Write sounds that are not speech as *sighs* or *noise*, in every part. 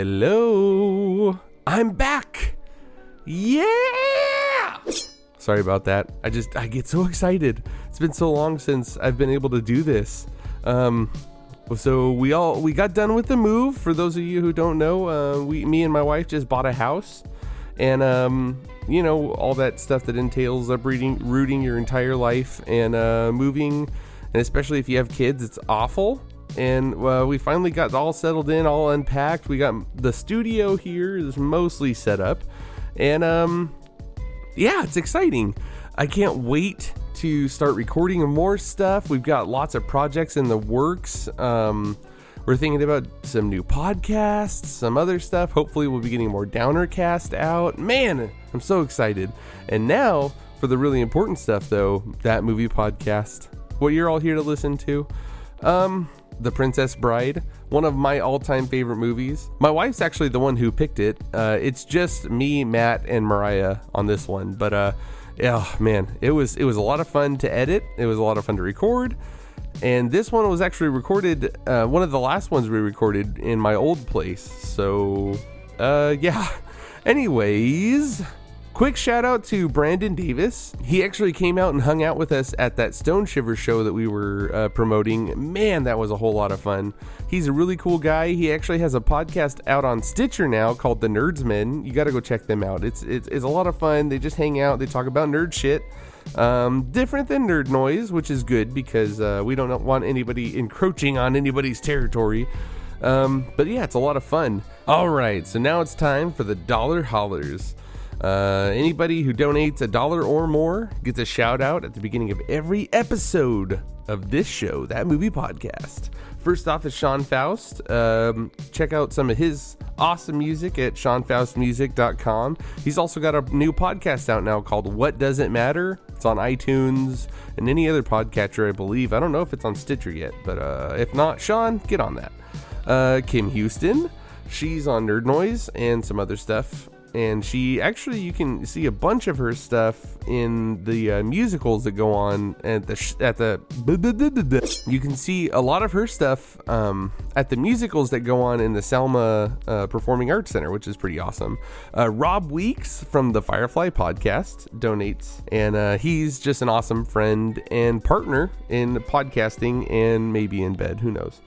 Hello. I'm back. Yeah. Sorry about that. I just I get so excited. It's been so long since I've been able to do this. Um so we all we got done with the move. For those of you who don't know, uh, we me and my wife just bought a house and um, you know all that stuff that entails uprooting, rooting your entire life and uh, moving, and especially if you have kids, it's awful. And uh, we finally got all settled in, all unpacked. We got the studio here is mostly set up, and um, yeah, it's exciting. I can't wait to start recording more stuff. We've got lots of projects in the works. Um, we're thinking about some new podcasts, some other stuff. Hopefully, we'll be getting more Downercast out. Man, I'm so excited. And now for the really important stuff, though that movie podcast, what you're all here to listen to. Um, The Princess Bride, one of my all-time favorite movies. My wife's actually the one who picked it. Uh, it's just me, Matt, and Mariah on this one. But uh, yeah, man, it was it was a lot of fun to edit. It was a lot of fun to record. And this one was actually recorded, uh, one of the last ones we recorded in my old place. So, uh, yeah. *laughs* Anyways, quick shout out to Brandon Davis. He actually came out and hung out with us at that Stone Shiver show that we were uh, promoting. Man, that was a whole lot of fun. He's a really cool guy. He actually has a podcast out on Stitcher now called The Nerdsmen. You got to go check them out. It's, it's it's a lot of fun. They just hang out. They talk about nerd shit. Um, different than nerd noise, which is good because uh, we don't want anybody encroaching on anybody's territory. Um, but yeah, it's a lot of fun. All right, so now it's time for the dollar hollers. Uh, anybody who donates a dollar or more gets a shout out at the beginning of every episode of this show, that movie podcast. First off is Sean Faust. Um, check out some of his awesome music at SeanFaustMusic.com. He's also got a new podcast out now called What Does It Matter? It's on iTunes and any other podcatcher, I believe. I don't know if it's on Stitcher yet, but uh, if not, Sean, get on that. Uh, Kim Houston, she's on Nerd Noise and some other stuff. And she actually, you can see a bunch of her stuff in the uh, musicals that go on at the sh- at the. You can see a lot of her stuff um, at the musicals that go on in the Selma uh, Performing Arts Center, which is pretty awesome. Uh, Rob Weeks from the Firefly podcast donates, and uh, he's just an awesome friend and partner in podcasting and maybe in bed. Who knows?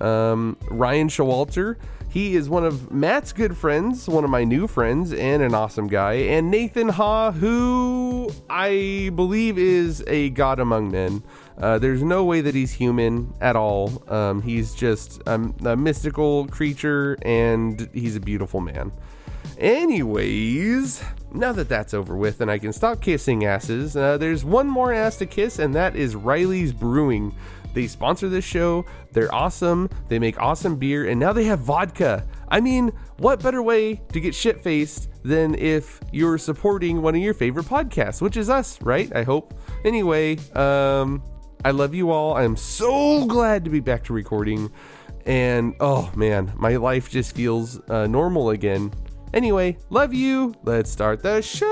um, Ryan Showalter. He is one of Matt's good friends, one of my new friends, and an awesome guy. And Nathan Ha, who I believe is a god among men. Uh, there's no way that he's human at all. Um, he's just um, a mystical creature, and he's a beautiful man. Anyways, now that that's over with and I can stop kissing asses, uh, there's one more ass to kiss, and that is Riley's Brewing. They sponsor this show. They're awesome. They make awesome beer, and now they have vodka. I mean, what better way to get shit faced than if you're supporting one of your favorite podcasts, which is us, right? I hope. Anyway, um, I love you all. I'm so glad to be back to recording. And oh man, my life just feels uh, normal again. Anyway, love you. Let's start the show.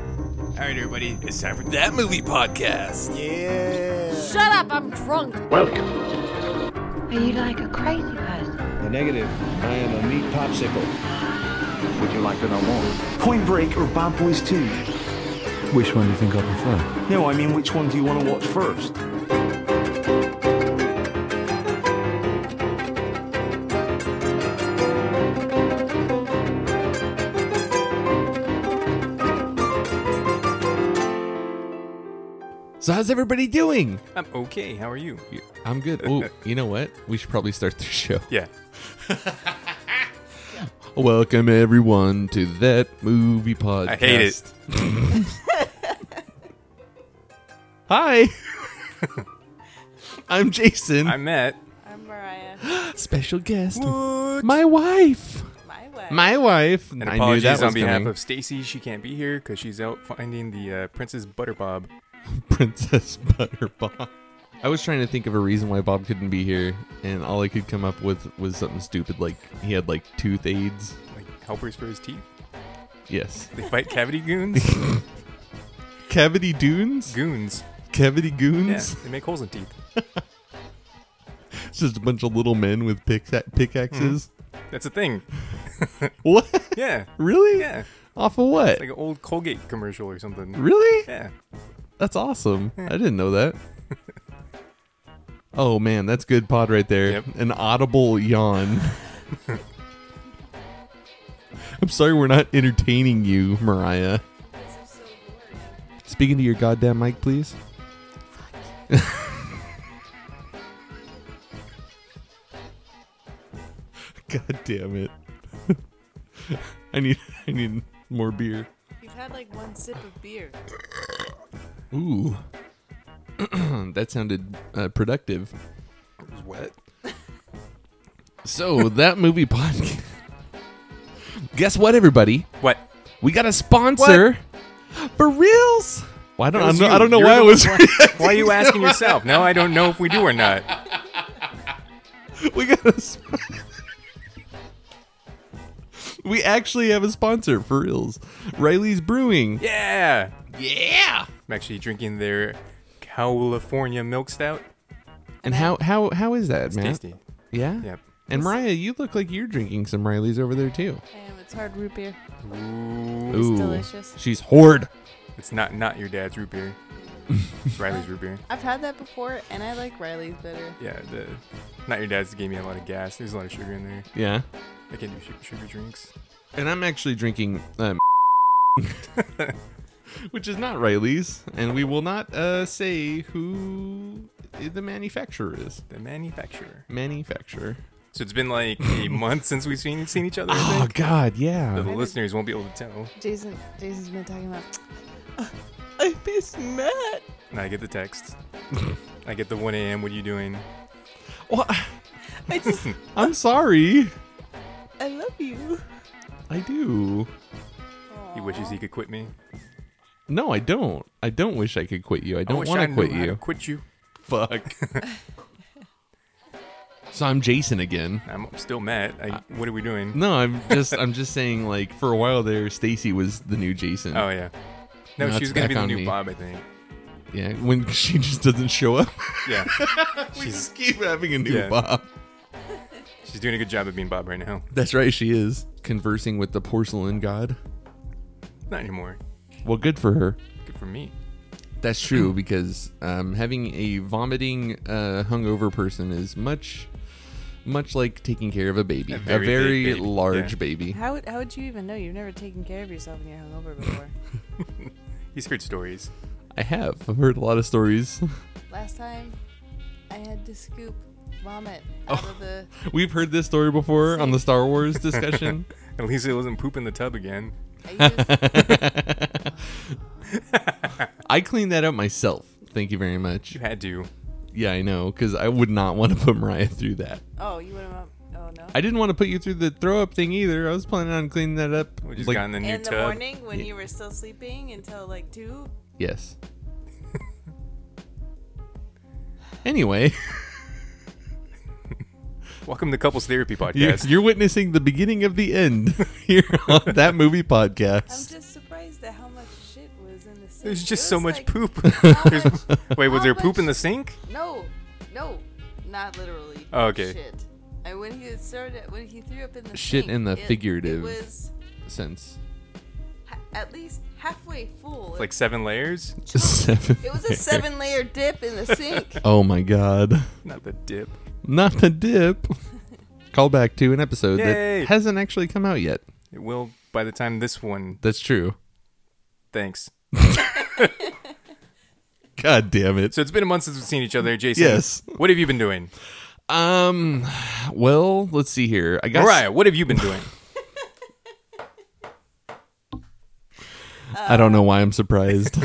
All right, everybody, it's time for that movie podcast. Shut up, I'm drunk. Are you like a crazy person? A negative. I am a meat popsicle. Would you like to know more? Point Break or Bad Boys 2? Which one do you think I prefer? No, I mean, which one do you want to watch first? So how's everybody doing? I'm okay. How are you? *laughs* I'm good. Oh, you know what? We should probably start the show. *laughs* Yeah. Welcome everyone to that movie podcast. I hate it. Hi. I'm Jason. I *laughs* met. I'm Mariah. special guest. My wife. My way. My wife. And I knew apologies that was on behalf coming. of *laughs* Stacy. She can't be here because she's out finding the uh, Princess Butterbob. Princess Butterbob. I was trying to think of a reason why Bob couldn't be here, and all I could come up with was something stupid like he had like tooth aids. Like helpers for his teeth. Yes. They *laughs* fight cavity goons. Cavity dunes? goons. Cavity Yeah, goons? they make holes in teeth. It's just a bunch of little men with pickax- pickaxes. That's a thing. What? *laughs* Yeah. Really? Yeah. Off of what? Like an old Colgate commercial or something. really? Yeah. That's awesome. I didn't know that. Oh man, that's good pod right there. Yep. An audible yawn. I'm sorry we're not entertaining you, Mariah. Speaking to your goddamn mic, please. *laughs* God damn it. *laughs* I need I need more beer. You've had like one sip of beer. Ooh. *clears throat* that sounded uh, productive. It was wet. *laughs* So, that movie podcast. *laughs* Guess what, everybody? What? We got a sponsor. For reals? Well, I don't, I don't, know- I don't know why I was. Why, why are you asking yourself? Now I don't know if we do or not. *laughs* we got a. sp- *laughs* we actually have a sponsor, for reals. Riley's Brewing. Yeah. Yeah. I'm actually drinking their California milk stout. And how how how is that, It's man? tasty. Yeah. Yep. And Mariah, you look like you're drinking some Riley's over there too. Damn, it's hard root beer. Ooh. Ooh, delicious. She's hoard. It's not not your dad's root beer. It's Riley's root beer. I've had that before, and I like Riley's better. Yeah, the not your dad's gave me a lot of gas. There's a lot of sugar in there. Yeah. I can't do su- sugar drinks. And I'm actually drinking, um, *laughs* which is not Riley's, and we will not uh, say who the manufacturer is. The manufacturer. Manufacturer. So it's been like *laughs* a month since we've seen seen each other. I Oh think. God, So the yeah. listeners won't be able to tell. Jason, Jason's been talking about. *laughs* I miss Matt. And I get the text. I get the 1 a.m. What are you doing? Well, I just, I'm sorry. I love you. I do. *laughs* He wishes he could quit me. No, I don't. I don't wish I could quit you. I don't wish want I to knew quit how you. Quit you. Fuck. *laughs* so I'm Jason again. I'm still mad. I, what are we doing? Uh, No, I'm just I'm just saying like for a while there, Stacy was the new Jason. Oh yeah. No, Now she was it's gonna be back the on new me. Bob, I think. Yeah, when *laughs* she just doesn't show *laughs* up, Yeah. we she's just keep having a new Yeah. Bob. she's doing a good job of being Bob right now. That's right, she is conversing with the porcelain god. Not anymore. Well, good for her. Good for me. That's true because um, having a vomiting, uh, hungover person is much, much like taking care of a baby, a very, very big baby, large yeah. baby. How would, how would you even know? You've never taken care of yourself when you're hungover before. He's heard stories. I have. I've heard a lot of stories. *laughs* *laughs* Last time, I had to scoop vomit out of the. We've heard this story before on the Star Wars *laughs* discussion. At least it wasn't poop in the tub again. I used, I cleaned that up myself. Thank you very much. You had to. Yeah, I know, because I would not want to *laughs* put Mariah through that. oh, you went up. Oh no. I didn't want to put you through the throw up thing either. I was planning on cleaning that up. We just like- got in the new in the tub. morning when you were still sleeping until like two. Yes. anyway, *laughs* Welcome to Couples *laughs* Therapy you're, Podcast. you're witnessing the beginning of the end *laughs* here on that movie I'm podcast. just surprised at how much shit was in the sink. There's It just so was, much like, *laughs* poop. how *laughs* There's- much- Wait, was how there poop much- in the sink? No, no, not literally. Oh, okay. Shit. And when he started, when he threw up in the Shit sink, in the it- figurative. it was Since ha- at least halfway full. Like seven layers? seven. *laughs* it *laughs* was a seven-layer dip in the sink. Oh my god. Not the dip. Not *laughs* the dip. Call back to an episode Yay. that hasn't actually come out yet. It will by the time this one. That's true. Thanks. God damn it. So it's been a month since we've seen each other, Jason. Yes. What have you been doing? Um, well, let's see here. I got. Mariah, what have *laughs* you been doing? I don't know why *laughs* I'm surprised.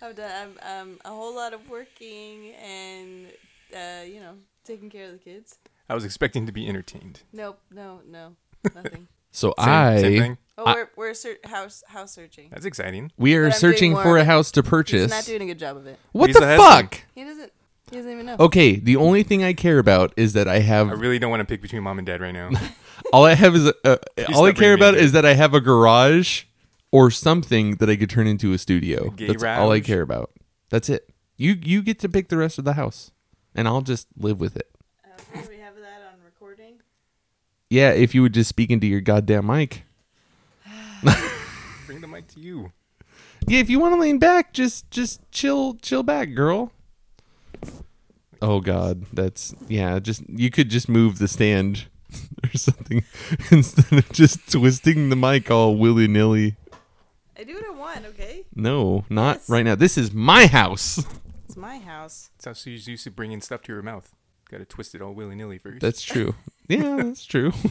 I've done um, um, a whole lot of working and uh, you know taking care of the kids. I was expecting to be entertained. Nope, no, no, *laughs* nothing. So Same, I same thing. Oh, we're we're ser- house house searching. That's exciting. we are But I'm searching doing for more. a house to He's purchase. not doing a good job of it. what He's the, the husband. fuck? He doesn't. He doesn't even know. Okay, the only thing I care about is that I have I really don't want to pick between mom and dad right *laughs* now. all I have is a, uh, all I not care bringing me about into is that I have a garage or something that I could turn into a studio. gay That's all I garage? care about. That's it. You you get to pick the rest of the house. and I'll just live with it. Uh, do we have that on recording? Yeah, if you would just speak into your goddamn mic. Bring the mic to you. Yeah, if you want to lean back, just just chill chill back, girl. Oh god, that's yeah, just you could just move the stand *laughs* or something *laughs* instead of just twisting the mic all willy-nilly. I do what I want, okay? No, not Yes. right now. This is my house. *laughs* It's my house. That's how she's used to bringing stuff to her mouth. Got to twist it all willy nilly first. That's true. Yeah, that's true. *laughs*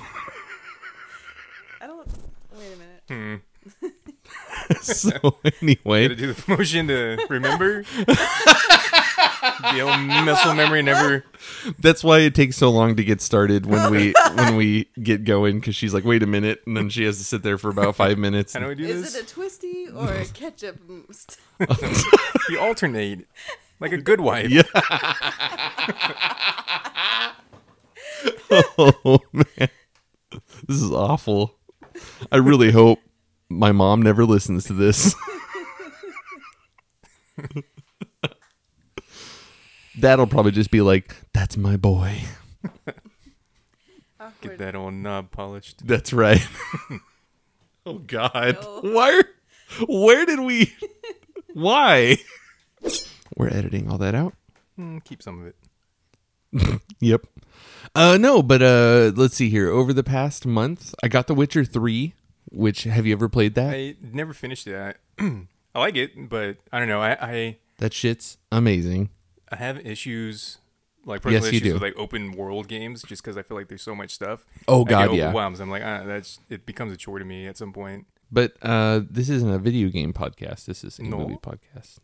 I don't. Wait a minute. Hmm. so Got to anyway, do the *laughs* motion to remember. the old muscle memory never. *laughs* that's why it takes so long to get started when we when we get going cuz she's like, "Wait a minute." And then she has to sit there for about 5 minutes. How do we do Is this? it a twisty or a ketchup? *laughs* mousse? *laughs* you alternate, like a good wife. Yeah. *laughs* oh man, this is awful. I really hope my mom never listens to this. *laughs* That'll probably just be like, "That's my boy." Get Awkward. that old knob polished. That's right. *laughs* oh God, No. where, where did we? Why? We're editing all that out. Mm, keep some of it. Yep. Uh no, but uh let's see here. Over the past month, I got The Witcher 3, which have you ever played that? I never finished it. *clears throat* I, I like it, but I don't know. I, I that shit's amazing. I have issues like personal Yes, you issues do. with like open world games just because I feel like there's so much stuff. Oh, I get God, yeah. overwhelmed. I'm like, ah, that's it becomes a chore to me at some point. But uh this isn't a video game podcast. This is a No. movie podcast.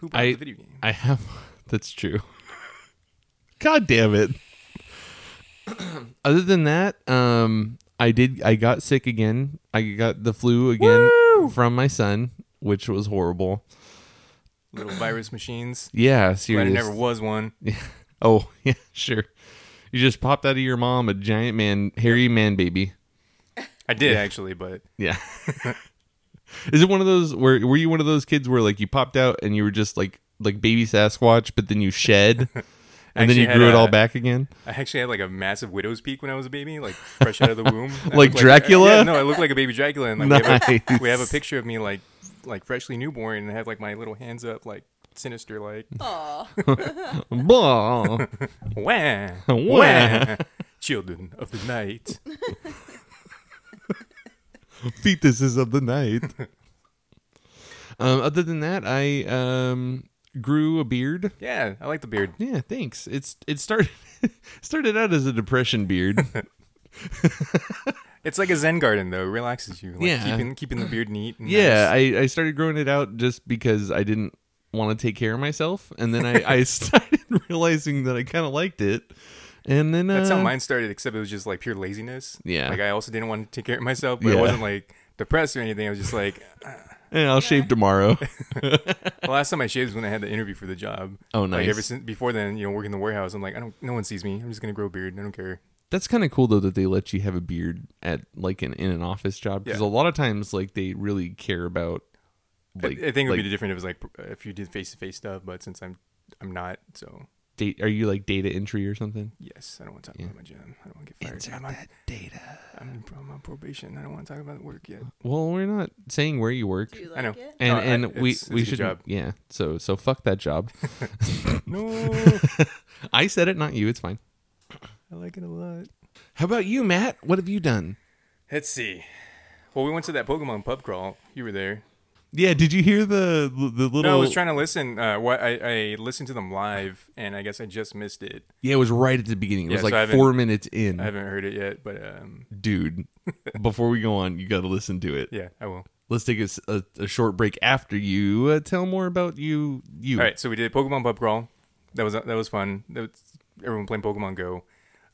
Who bought I the video game? I have *laughs* that's true. God damn it. *clears throat* Other than that, um I did I got sick again. I got the flu again from my son, which was horrible. Little virus machines. Yeah, Glad seriously. it never was one. Oh, *laughs* yeah, sure. You just popped out of your mom a giant man, hairy man baby. I did actually, but Yeah. Uh, *laughs* Is it one of those where were you one of those kids where like you popped out and you were just like like baby Sasquatch, but then *laughs* you shed and then Actually you had grew it all a- *laughs* back again? I actually had like a massive widow's peak when I was a baby, like fresh *laughs* out of the womb. I Like looked Dracula? yeah, no, I looked like a baby Dracula. And like, we, have Nice. a, we have a picture of me like like freshly newborn and I have like my little hands up like sinister like *laughs* Aw. Blah. *laughs* wah Wah. wah children of the night. fetuses of *laughs* the night. um, other than that, I um grew a beard. Yeah, I like the beard. Yeah, thanks. It's it started *laughs* started out as a depression beard. It's like a Zen garden though. It relaxes you. Like Yeah. keeping keeping the beard neat. And Yeah, nice. I, I started growing it out just because I didn't want to take care of myself, and then I, *laughs* I started *laughs* realizing that I kind of liked it, and then uh, that's how mine started. Except it was just like pure laziness. Yeah. Like I also didn't want to take care of myself, but Yeah. I wasn't like depressed or anything. I was just like, eh, I'll *laughs* shave tomorrow. the last time I shaved was when I had the interview for the job. Oh, Like ever nice. since before then, you know, working in the warehouse, I'm like, I don't. No one sees me. I'm just gonna grow a beard. I don't care. That's kind of cool though that they let you have a beard at like an in an office job because Yeah. a lot of times like they really care about. I- Like, I, think it would like be different if it was like uh, if you did face to face stuff, but since I'm I'm not, so date. Are you like data entry or something? yes, I don't want to talk about my job. I don't want to get fired. I'm on, data. I'm, I'm on probation. I don't want to talk about work *laughs* yet. Well, we're not saying where you work, Do you like I know. it? and No, "Oh, I- and we it's- we it's a should job. yeah. So so fuck *laughs* that job. *laughs* No, I said it, not you. It's fine. I like it a lot. How about you, Matt? What have you done? Let's see. Well, we went to that Pokemon pub crawl. You were there. Yeah, did you hear the the little? No, I was trying to listen. Uh, what I, I listened to them live, and I guess I just missed it. Yeah, it was right at the beginning. It Yeah, was so I like haven't- four minutes in. I haven't heard it yet, but um, *laughs* Dude, before we go on, you got to listen to it. yeah, I will. Let's take a, s- a- a short break after you uh, tell more about you. You. All right, so we did Pokemon pub crawl. That was that was fun. That was, everyone playing Pokemon Go.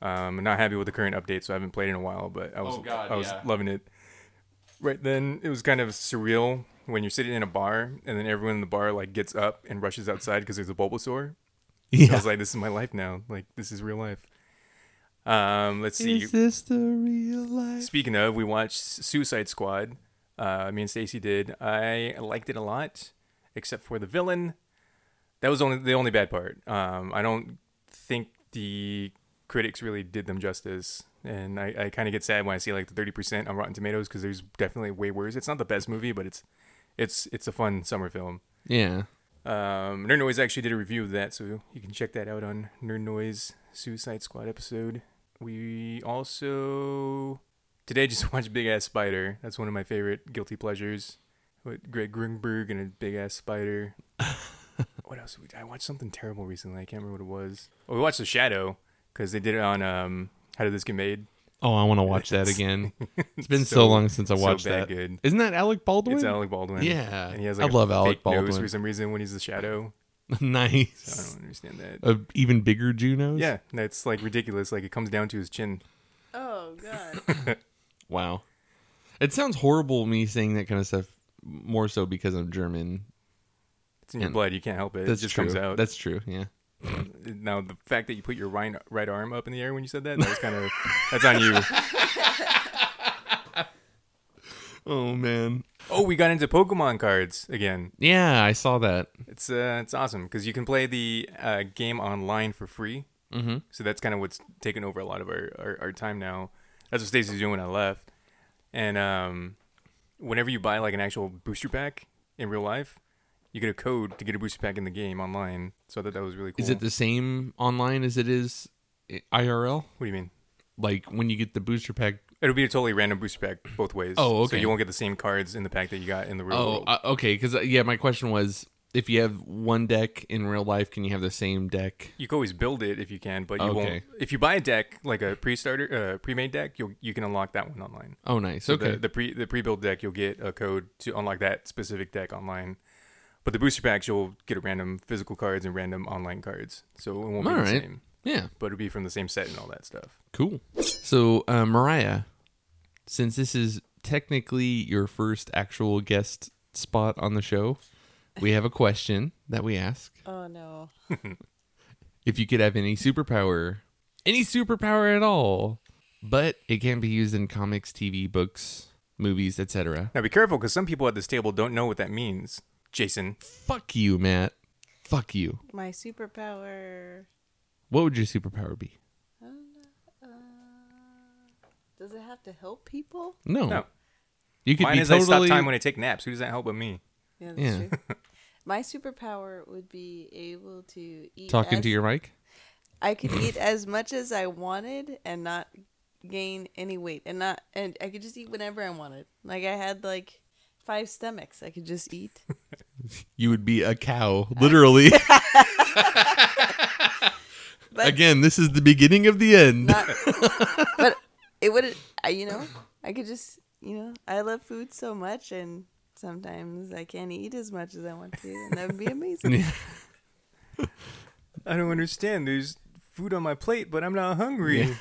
Um, I'm not happy with the current update, so I haven't played in a while. But I was I was loving it. Right then, it was kind of surreal when you're sitting in a bar and then everyone in the bar like gets up and rushes outside because there's a Bulbasaur. I Yeah. was like, this is my life now. Like this is real life. Um, let's see. Is this the real life? Speaking of, we watched Suicide Squad. Uh, me and Stacy did. I liked it a lot, except for the villain. That was only the only bad part. Um, I don't think the critics really did them justice. And I, I kind of get sad when I see like the thirty percent on Rotten Tomatoes because there's definitely way worse. It's not the best movie, but it's it's it's a fun summer film. Yeah. Um, Nerd Noise actually did a review of that, so you can check that out on Nerd Noise Suicide Squad episode. We also today *laughs* just watched Big Ass Spider. That's one of my favorite guilty pleasures. With Greg Grunberg and a big ass *laughs* spider. what else? We, I watched something terrible recently. I can't remember what it was. Oh, we watched The Shadow because they did it on um, How Did This Get Made? Oh, I want to watch that *laughs* again. It's been so, So- long since I so watched bad that. good. Isn't that Alec Baldwin? It's Alec Baldwin. Yeah. and he has I like a love Alec fake nose Baldwin. for some reason when he's the Shadow. I *laughs* nice. don't understand that. A even bigger Junos. Yeah, that's like ridiculous. Like it comes down to his chin. Oh god. *laughs* Wow. It sounds horrible me saying that kind of stuff more so because I'm German. It's in your And- blood. You can't help it. That's it just true. comes out. That's true. Yeah. now the fact that you put your right, right arm up in the air when you said that, that was kind of *laughs* that's on *laughs* you. Oh man. Oh, we got into Pokemon cards again. Yeah, I saw that. It's uh, it's awesome because you can play the uh, game online for free. Mm-hmm. So that's kind of what's taken over a lot of our, our, our time now. That's what Stacey's doing when I left. And um, whenever you buy like an actual booster pack in real life, you get a code to get a booster pack in the game online. So I thought that was really cool. Is it the same online as it is eh, i- IRL? What do you mean? Like when you get the booster pack. It'll be a totally random booster pack both ways. So Oh, okay. you won't get the same cards in the pack that you got in the real Oh, world. uh, okay. Because yeah, my question was, if you have one deck in real life, can you have the same deck? you can always build it if you can, but you won't. Okay. If you buy a deck like a pre-starter, uh, pre-made deck, you will you can unlock that one online. Oh, nice. So okay. the, the pre the pre-built deck, you'll get a code to unlock that specific deck online. But the booster packs, you'll get a random physical cards and random online cards. So it won't All be the right. same, yeah. but it'll be from the same set and all that stuff. Cool. So, uh, Mariah, since this is technically your first actual guest spot on the show, we have a question that we ask. Oh no. If you could have any superpower, any superpower at all, but it can be used in comics, TV, books, movies, etc. Now be careful because some people at this table don't know what that means. Jason, Fuck you, Matt. Fuck you. My superpower. What would your superpower be? Does it have to help people? No. no, You Oh, could mine be is totally. I stop time when I take naps. Who does that help but me? Yeah, that's Yeah. true. My superpower would be able to eat. talking as- to your mic. I could eat as much as I wanted and not gain any weight, and not, and I could just eat whenever I wanted. Like I had like five stomachs, I could just eat. You would be a *laughs* cow, literally. But Again, this is the beginning of the end. not, but it would, I you know, I could just, you know, I love food so much, and sometimes I can't eat as much as I want to, and that would be amazing. *laughs* I don't understand. There's food on my plate, but I'm not hungry.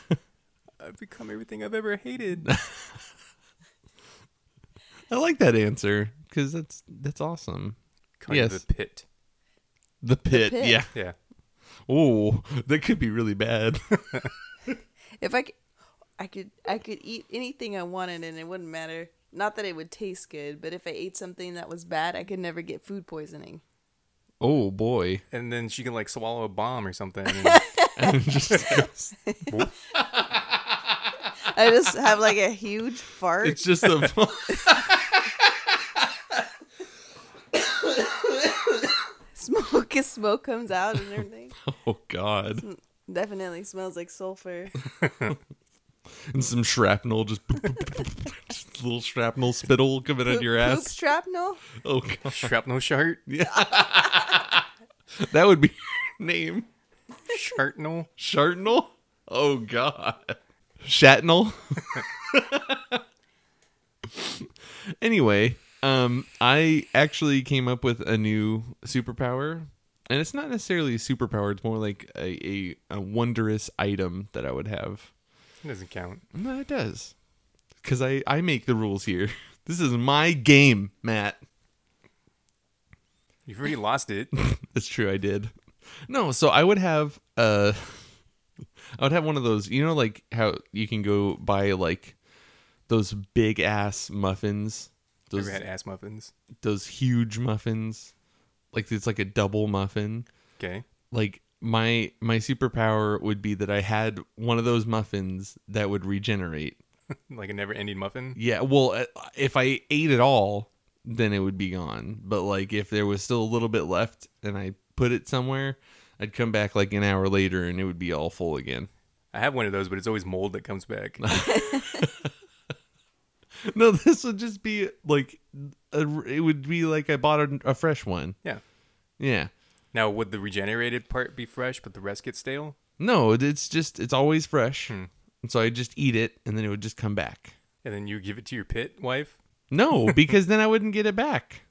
I've become everything I've ever hated. I like that answer because that's that's awesome. Kind Yes. of the pit. The pit, pit. yeah. Yeah. Oh, that could be really bad. *laughs* If I could, I could I could eat anything I wanted and it wouldn't matter. Not that it would taste good, but if I ate something that was bad, I could never get food poisoning. oh boy, And then she can like swallow a bomb or something. I just have like a huge fart. it's just a. *laughs* smoke *laughs* as smoke comes out and everything. oh god, Definitely smells like *laughs* sulfur. and some shrapnel, just, just little shrapnel spittle coming out of your Poop- ass. Poop shrapnel. Oh god, Shrapnel shart. that would be your name Shartnel. shrapnel. Oh god, shatnel. *laughs* anyway, um, I actually came up with a new superpower, and it's not necessarily a superpower. It's more like a, a, a wondrous item that I would have. It doesn't count. No, it does, because I I make the rules here. *laughs* This is my game, Matt. You've already lost it. That's true. I did. No, so I would have uh, I would have one of those. You know, like how you can go buy like those big ass muffins. Those Ever had ass muffins? those huge muffins. Like it's like a double muffin. Okay. Like my my superpower would be that I had one of those muffins that would regenerate. like a never-ending muffin. Yeah, well, uh, if I ate it all, then it would be gone. But like if there was still a little bit left and I put it somewhere, I'd come back like an hour later and it would be all full again. *laughs* I have one of those, but it's always mold that comes back. No, this would just be like a, it would be like I bought a, a fresh one. yeah. Yeah. Now, would the regenerated part be fresh, but the rest get stale? No, it- it's just it's always fresh. Hmm. And so I just eat it and then it would just come back. And then you give it to your pit wife? *laughs* No, because then I wouldn't get it back.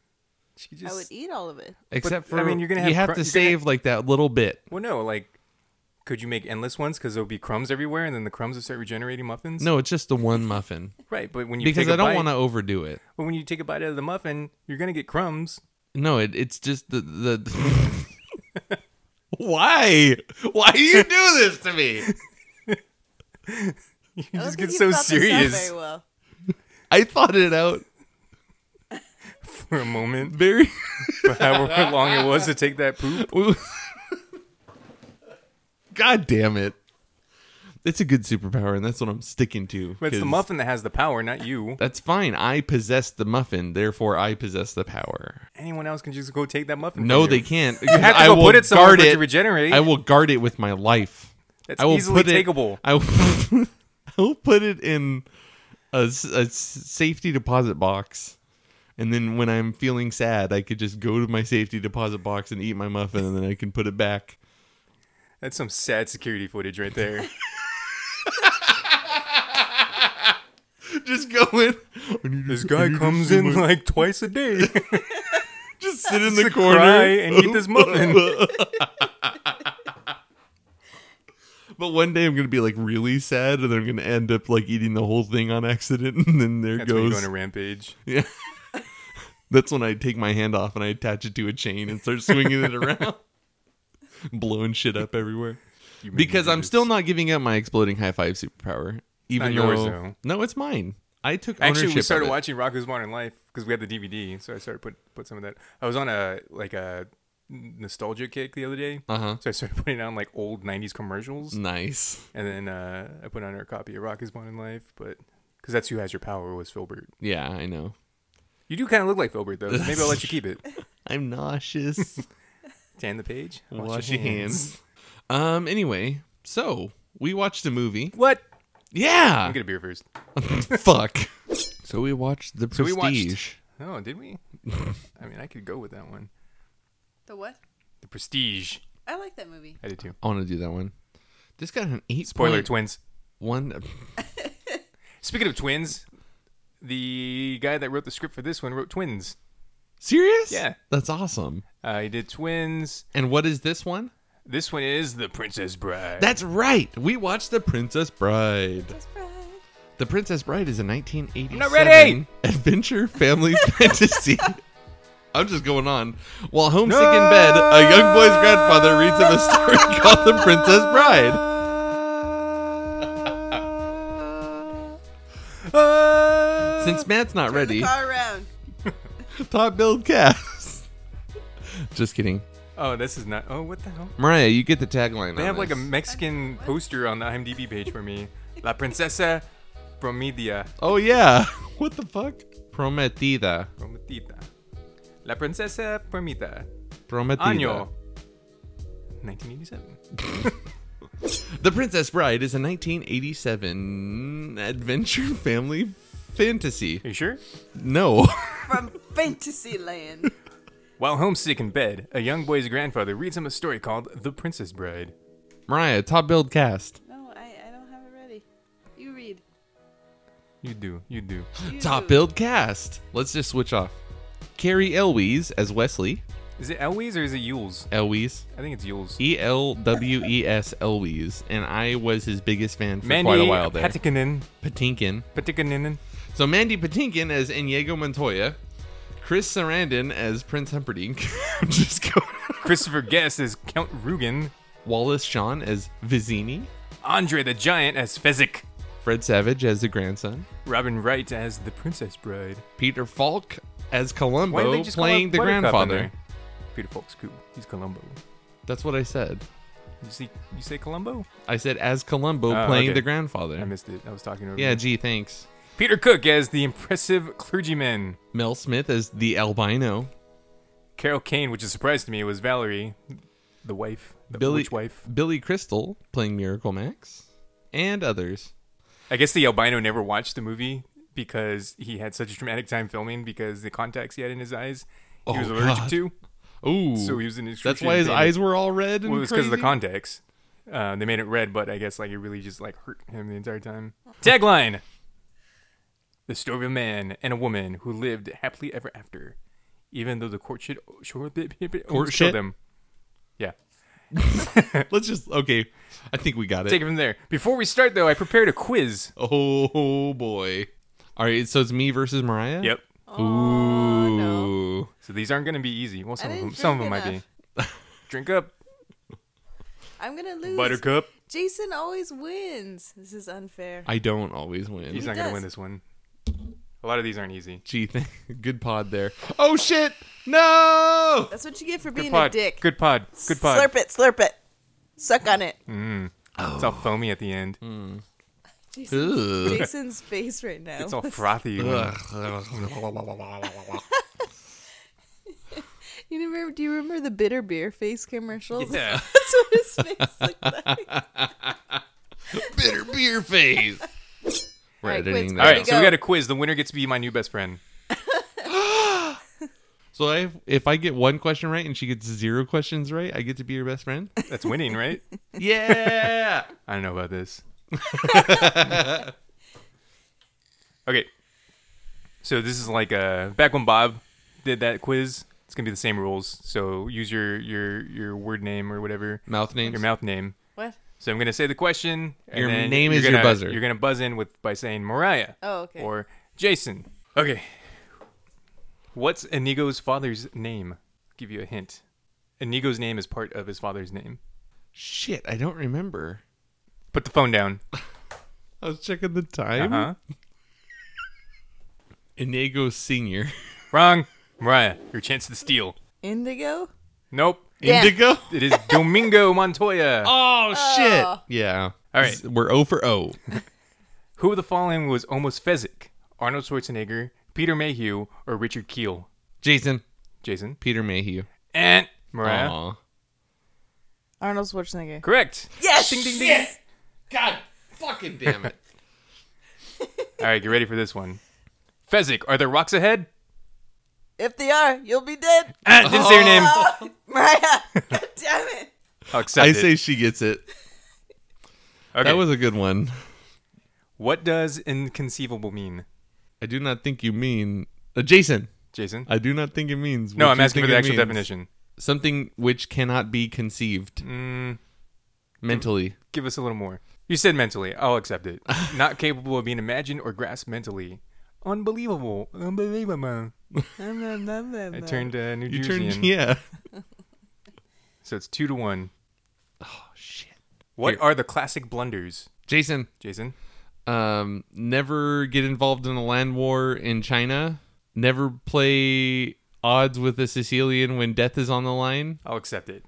She I just would eat all of *laughs* it. Except I for mean, you're gonna you have cr- have to you're gonna- save like that little bit. Well, no, like, could you make endless ones? Because there'll be crumbs everywhere, and then the crumbs will start regenerating muffins. No, it's just the one muffin right? But when you because take I don't want want to overdo it. But when you take a bite out of the muffin, you're gonna get crumbs. *laughs* No, it, it's just the the. *laughs* Why? Why do you do this to me? You just get so serious. Very well. I thought it out for a moment, *laughs* *laughs* very. for however long it was to take that poop. God damn it! It's a good superpower, and that's what I'm sticking to. But it's the 'cause muffin that has the power, not you. That's fine. I possess the muffin, therefore I possess the power. Anyone else can just go take that muffin. No, from you. they can't. You have to I go will put it somewhere guard for it it to regenerate. I will guard it with my life. That's I will easily put it, takeable. I will, *laughs* I will put it in a, s- a s- safety deposit box, and then when I'm feeling sad, I could just go to my safety deposit box and eat my muffin, and then I can put it back. *laughs* That's some sad security footage right there. Just go in, this guy comes in like twice a *laughs* day just sit in *laughs* to the corner, cry and eat this *laughs* muffin. But one day I'm gonna be like really sad, and then I'm gonna end up like eating the whole thing on accident, *laughs* and then there That's when you goes. go on *laughs* a rampage. That's when I take my hand off and I attach it to a chain and start swinging it around, *laughs* blowing shit up everywhere. You made me Because do I'm this. still not giving up my exploding high five superpower. Even Not yours, though, though. no, it's mine. I took ownership. Actually, we started of it. watching Rocko's Modern Life because we had the DVD, so I started put put some of that. I was on a like a nostalgia kick the other day, Uh-huh. Mm. so I started putting on like old '90s commercials, Nice. and then uh, I put on a copy of Rocko's Modern Life, but because that's who has your power was Filbert. Yeah, I know. You do kind of look like Filbert though. so maybe I'll let you keep it. *laughs* *laughs* I'm nauseous. Tan the page. Wash, your hands. Um. Anyway, so we watched a movie. What? Yeah. I'm gonna beer first. *laughs* *laughs* Fuck. So we watched The So we Prestige. watched- Oh, did *laughs* we? I mean, I could go with that one. The what? The Prestige. I like that movie. I did too. I want to do that one. This got an eight. Spoiler twins. One. Speaking of twins, the guy that wrote the script for this one wrote twins. Serious? Yeah. That's awesome. Uh, he did twins. And what is this one? This one is the Princess Bride. That's right. We watched The Princess Bride. That's right. The Princess Bride is a 1987 not ready! *laughs* adventure family fantasy. I'm just going on. While homesick in bed, a young boy's grandfather reads him a story called The Princess *laughs* Bride. Since Matt's not ready, Car around. top build cast. just kidding. oh, this is not. Oh, what the hell? Mariah, you get the tagline. They on have like a this. Mexican poster on the IMDb page for me. La Princesa Promedia. Oh yeah. *laughs* What the fuck? Prometida. Prometida. La Princesa Promita. Prometida. Año. 1987. The Princess Bride is a 1987 adventure family fantasy. Are you sure? No. *laughs* From *laughs* Fantasyland. While homesick in bed, a young boy's grandfather reads him a story called The Princess Bride. Mariah, top build cast. No, I, I don't have it ready. You read. You do, you do. You Top do. build cast. Let's just switch off. Carrie Elwes as Wesley. Is it Elwes or is it Yules? Elwes. I think it's Yules. E L W E S Elwes. And I was his biggest fan for Mandy quite a while there. Patinkin. Patinkin. Patinkin. So Mandy Patinkin as Inigo Montoya. Chris Sarandon as Prince Humperdinck. *laughs* I'm just going. Christopher Guest as Count Rugen. Wallace Shawn as Vizini. Andre the Giant as Fezzik. Fred Savage as the grandson. Robin Wright as the Princess Bride. Peter Falk as Why did Columbo they just call playing it the Buttercup in grandfather. there? Peter Falk's cool. He's Columbo. That's what I said. You see, you say Columbo? I said as Columbo Oh, playing okay. the grandfather. I missed it. I was talking over. yeah, you. gee, thanks. Peter Cook as the impressive clergyman. Mel Smith as the albino. Carol Kane, which is a surprise to me, was Valerie, the wife, the Billy witch wife. Billy Crystal playing Miracle Max, and others. I guess the albino never watched the movie because he had such a traumatic time filming because the contacts he had in his eyes he Oh, was allergic God. to. Ooh, So he was in that's excruciating why his pain. eyes were all red. And Well, it was because of the crazy? contacts. Uh, they made it red, but I guess like it really just like hurt him the entire time. Tagline: The story of a man and a woman who lived happily ever after, even though the court should sure Court show shit? them. Yeah, Let's just okay. I think we got it. take it from there. Before we start though, I prepared a quiz. oh boy. All right, so it's me versus Mariah. Yep. Oh, Ooh. So these aren't going to be easy. Well, some of didn't them, some of them drink might be. Drink up, I'm gonna lose. Buttercup. Jason always wins. This is unfair. I don't always win. He's He not going does. to win this one. A lot of these aren't easy. Gee, *laughs* th- good pod there. Oh shit! No. *laughs* That's what you get for Good being a pod. dick. Good pod. Good pod. Mm. Slurp it, slurp it. Suck on it. It's all foamy at the end. Ugh. Jason's face right now. It's all frothy. when- *laughs* You remember? Do you remember the bitter beer face commercials? Yeah. *laughs* That's what his face looked like. Bitter beer face. All We're right, editing quiz, that. All There right, you so we go. got a quiz. The winner gets to be my new best friend. So I, if I get one question right and she gets zero questions right, I get to be your best friend. *laughs* That's winning, right? Yeah. I don't know about this. okay. So this is like uh, back when Bob did that quiz. It's gonna be the same rules. So use your your your word name or whatever. Mouth names. Your mouth name. *laughs* What? So I'm gonna say the question. and Your then name you're is your gonna- buzzer. You're gonna buzz in with by saying Mariah. Oh, okay. Or Jason. Okay. What's Inigo's father's name? give you a hint. Inigo's name is part of his father's name. Shit, I don't remember. Put the phone down. I was checking the Uh time. huh. Inigo Senior. Wrong. Mariah, your chance to steal. Indigo. Nope. Yeah. Indigo. It is *laughs* Domingo Montoya. Oh shit. Yeah. All right. We're 0 for oh. *laughs* 0. Who of the following was almost Fezzik? Arnold Schwarzenegger, Peter Mayhew, or Richard Keel? Jason. Jason. Peter Mayhew. And Mariah. Aw. Arnold Schwarzenegger. Correct. Yes. Ding ding ding. God fucking damn it. All right, get ready for this one. Fezzik, are there rocks ahead? If they are, you'll be dead. Ah! Ah, didn't say your name. *laughs* Mariah. God damn it. I'll accept I it. say she gets it. okay. That was a good one. What does inconceivable mean, I do not think you mean uh, Jason. Jason? I do not think it means. no, what I'm you asking think for the it actual means. definition. Something which cannot be conceived Mm. mentally. Give us a little more. You said mentally. I'll accept *laughs* it. Not capable of being imagined or grasped mentally. Unbelievable. Unbelievable. I turned uh, New You Jersey turned *laughs* yeah. So it's two to one. Oh shit. What Here. are the classic blunders, Jason, Jason? um, never get involved in a land war in China. Never play odds with a Sicilian when death is on the line. I'll accept it.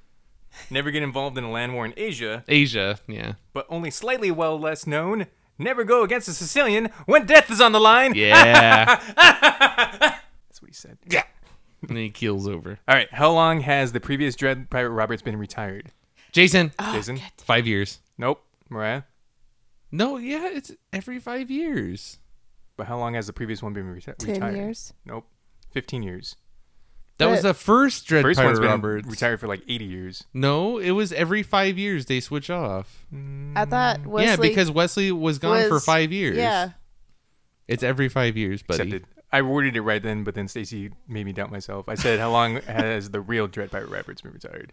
Never get involved in a land war in Asia, Asia, yeah. but only slightly well less known. Never go against a Sicilian when death is on the line. *laughs* Yeah. That's what he said. Yeah. and then he keels over. All right. How long has the previous Dread Private Roberts been retired? Jason, Jason? five years. Nope. Mariah? No, yeah, it's every five years. But how long has the previous one been reti- Ten retired? years. Nope. 15 years. That was But- the first Dread First Pirate one's been Roberts. retired for like 80 years. No, it was every five years they switch off. I thought Wesley. yeah, because Wesley was gone for was- five years. Yeah. It's every five years, buddy. Accepted. I worded it right then, but then Stacy made me doubt myself. I said, how *laughs* long has the real Dread Pirate Roberts been retired?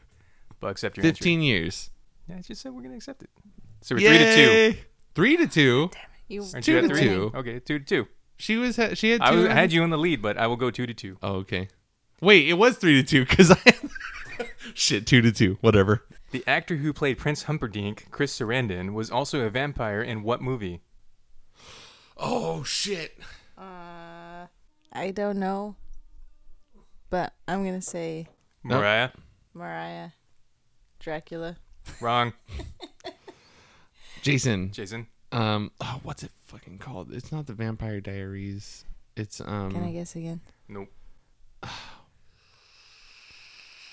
But I'll accept your answer. 15 years. Yeah, I just said we're going to accept it. So we're 3 to 2. Three to two. You Aren't Two you at to three? two. Okay, 2 to 2. She was ha- she had two. I was, on- had you in the lead, but I will go 2 to 2. Oh, okay. Wait, it was three to two because I. *laughs* Shit, two to two. Whatever. The actor who played Prince Humperdinck, Chris Sarandon, was also a vampire in what movie? Oh shit. Uh, I don't know, but I'm gonna say Mariah? Mariah, Dracula. Wrong, Jason. Jason. Um, oh, what's it fucking called? It's not the Vampire Diaries. It's um. Can I guess again? Nope.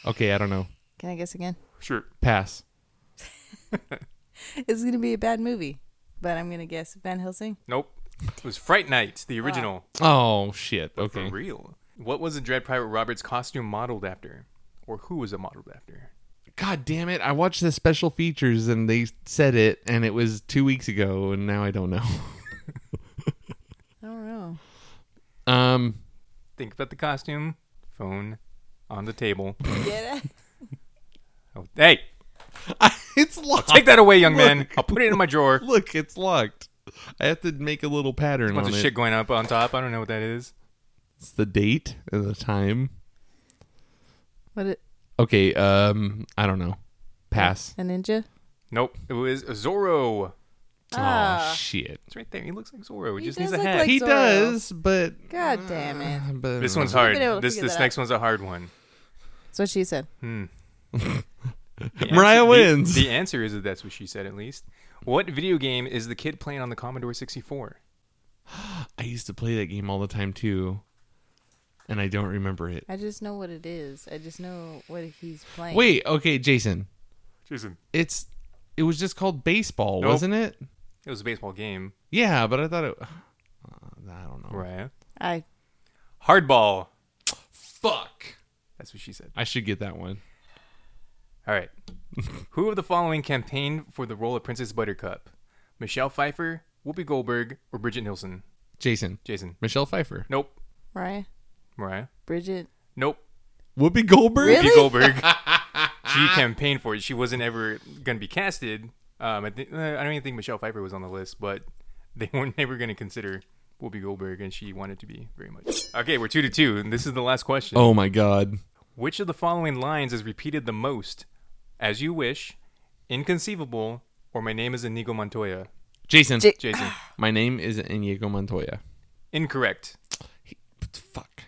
okay, I don't know. Can I guess again? Sure. Pass. It's gonna be a bad movie, but I'm gonna guess Van Helsing. Nope. It was Fright Night, the original. Oh shit. Okay. For real. What was the Dread Pirate Roberts costume modeled after? Or who was it modeled after? God damn it! I watched the special features and they said it, and it was two weeks ago, and now I don't know. *laughs* I don't know. um, *laughs* Think about the costume. Phone on the table. *laughs* Get it? *laughs* Oh, hey, it's locked. take that away, young man. I'll put it in my *laughs* drawer. Look, it's locked. I have to make a little pattern Bunch on of it. shit going up on top. I don't know what that is. It's the date and the time. What? It, Okay. Um, I don't know. Pass. a ninja? Nope. It was Zorro. oh shit. It's right there. He looks like Zorro. He, He just needs a does look hat. Ah. like- He Zorro. does, but God damn it! but this one's been able to hard. This figure this that next one's a hard one. That's what she said. The Mariah answer- the- wins. The, answer is that that's what she said at least. What video game is the kid playing on the Commodore 64? I used to play that game all the time too, and I don't remember it. I just know what it is. I just know what he's playing. Wait, okay, Jason. Jason. It's it was just called baseball, Nope. wasn't it? It was a baseball game, Yeah, but I thought it. *sighs* I don't know. Mariah. I Hardball. Fuck. That's what she said. I should get that one. All right. *laughs* Who of the following campaigned for the role of Princess Buttercup? Michelle Pfeiffer, Whoopi Goldberg, or Bridget Nielsen? Jason, Jason. Michelle Pfeiffer, Nope. Mariah, Mariah. Bridget. Nope. Whoopi Goldberg. Really? Whoopi Goldberg. she campaigned for it. She wasn't ever going to be casted. Um, I, think uh, I don't even think Michelle Pfeiffer was on the list, but *laughs* they were never going to consider Whoopi Goldberg, and she wanted to be very much. Okay, we're two to two, and this is the last question. Oh my god. Which of the following lines is repeated the most? As you wish, inconceivable, or my name is Inigo Montoya. Jason, J- Jason, my name is Inigo Montoya. incorrect. But fuck.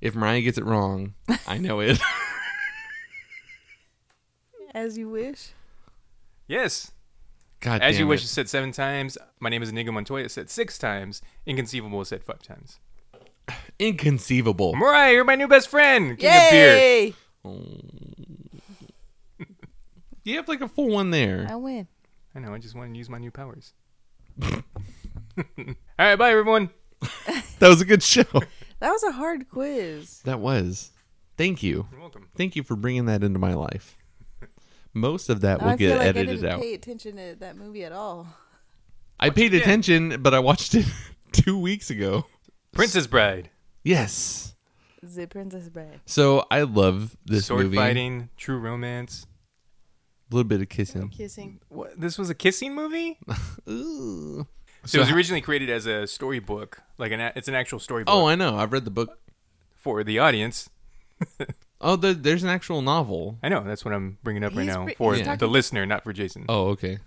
If Mariah gets it wrong, I know it. As you wish. Yes. God As damn you it. wish is said seven times. My name is Inigo Montoya is said six times. Inconceivable is said five times. Inconceivable. Mariah, you're my new best friend. Give me a beer. Yay! You have like a full one there. I win. I know. I just want to use my new *laughs* powers. All right, bye everyone. That was a good show. *laughs* That was a hard quiz. that was. Thank you. You're welcome. Thank you for bringing that into my life. Most of that Now will I get feel like I edited didn't out. pay attention to that movie at all. I paid attention, but I watched it *laughs* two weeks ago. Princess Bride, Yes. The Princess Bride. So I love this sword movie. fighting, true romance. A little bit of kissing. Kissing. What? This was a kissing *laughs* movie. Ooh. So it was originally created as a storybook, like an a- it's an actual storybook Oh, I know. I've read the book. for the audience. Oh, there, there's an actual novel. I know that's what I'm bringing up right He's now br- for he's the talking- listener, not for Jason. Oh, okay.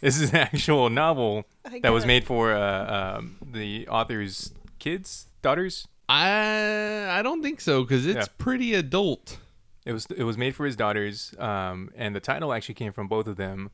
This is an actual novel I that got was it. made for uh, um, the author's kids, daughters. I I don't think so because it's Yeah. pretty adult. It was it was made for his daughters, um, and the title actually came from both of them.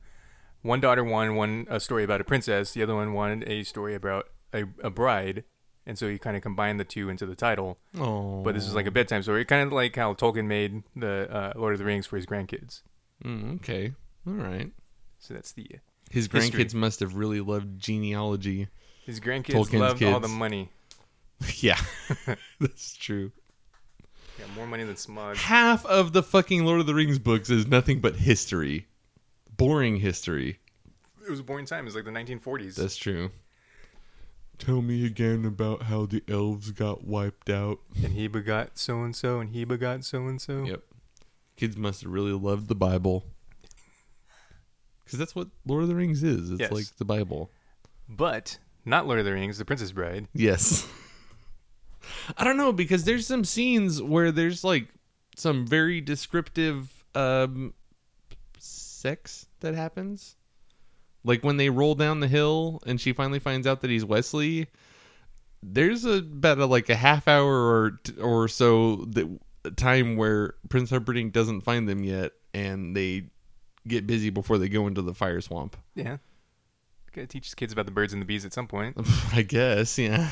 One daughter won one a story about a princess. The other one won a story about a, a bride, and so he kind of combined the two into the title. Oh, But this is like a bedtime story, kind of like how Tolkien made the uh, Lord of the Rings for his grandkids. Mm, okay. All right. So that's the His History. grandkids must have really loved genealogy. his grandkids Tolkien's loved all the kids. money. *laughs* yeah, *laughs* that's true. Got more money than Smug. Half of the fucking Lord of the Rings books is nothing but history, boring history. It was a boring time. It was like the 1940s. That's true. Tell me again about how the elves got wiped out. *laughs* And he begot so and so, and he begot so and so. Yep. Kids must have really loved the Bible. Because that's what Lord of the Rings is. It's Yes. like the Bible. But not Lord of the Rings, The Princess Bride. Yes. *laughs* I don't know because there's some scenes where there's like some very descriptive um sex that happens. Like when they roll down the hill and she finally finds out that he's Wesley, there's a, about a, like a half hour or or so that time where Prince Humperdinck doesn't find them yet and they get busy before they go into the fire swamp. *laughs* Yeah. Gotta teach kids about the birds and the bees at some point. I guess, yeah.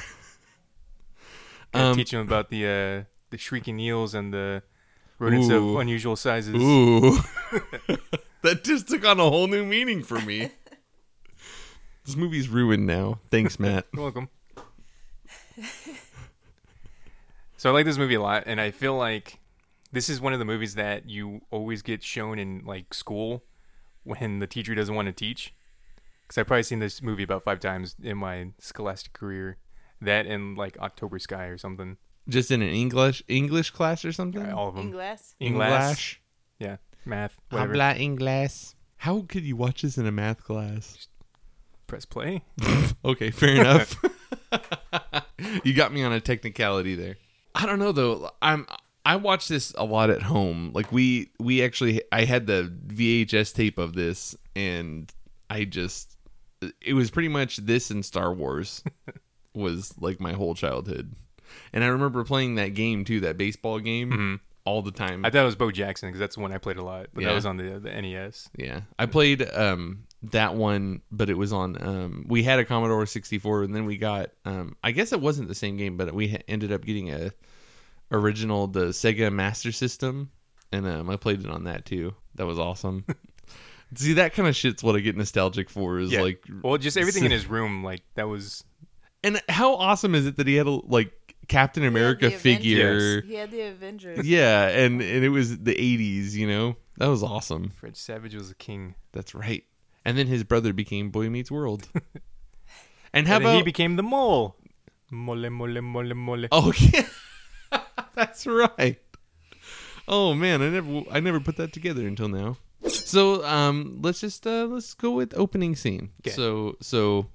Gotta Um, teach them about the uh, the shrieking eels and the rodents Ooh. of unusual sizes. Ooh. *laughs* that just took on a whole new meaning for me. *laughs* This movie's ruined now. Thanks, Matt. You're welcome. so I like this movie a lot, and I feel like this is one of the movies that you always get shown in like school when the teacher doesn't want to teach. Because I've probably seen this movie about five times in my scholastic career. That and like October Sky or something. *laughs* Just in an English English class or something? All of them. Inglass. English. Yeah. Math. Whatever. Habla English. How could you watch this in a math class? Press play. Okay, fair enough. *laughs* you got me on a technicality there. I don't know though. I'm I watch this a lot at home. Like we we actually I had the VHS tape of this and I just it was pretty much this and Star Wars was like my whole childhood. And I remember playing that game too, that baseball game all the time. I thought it was Bo Jackson because that's the one I played a lot, but Yeah. that was on the E the NES. Yeah, I played um that one, but it was on um we had a Commodore 64, and then we got um I guess it wasn't the same game, but we ha- ended up getting a original the Sega Master System, and um I played it on that too. That was awesome. See, that kind of shit's what I get nostalgic for is Yeah. like, well, just everything in his room, like that was and how awesome is it that he had a like Captain America Avengers. figure? He had the Avengers. Yeah, and and it was the 80s, you know. That was awesome. Fred Savage was a king. That's right. And then his brother became Boy *laughs* Meets World. and how and then about he became the mole. Mole, mole, mole, mole. *laughs* Oh yeah, *laughs* that's right. Oh man, I never I never put that together until now. So um, let's just uh, let's go with opening scene. Okay. So so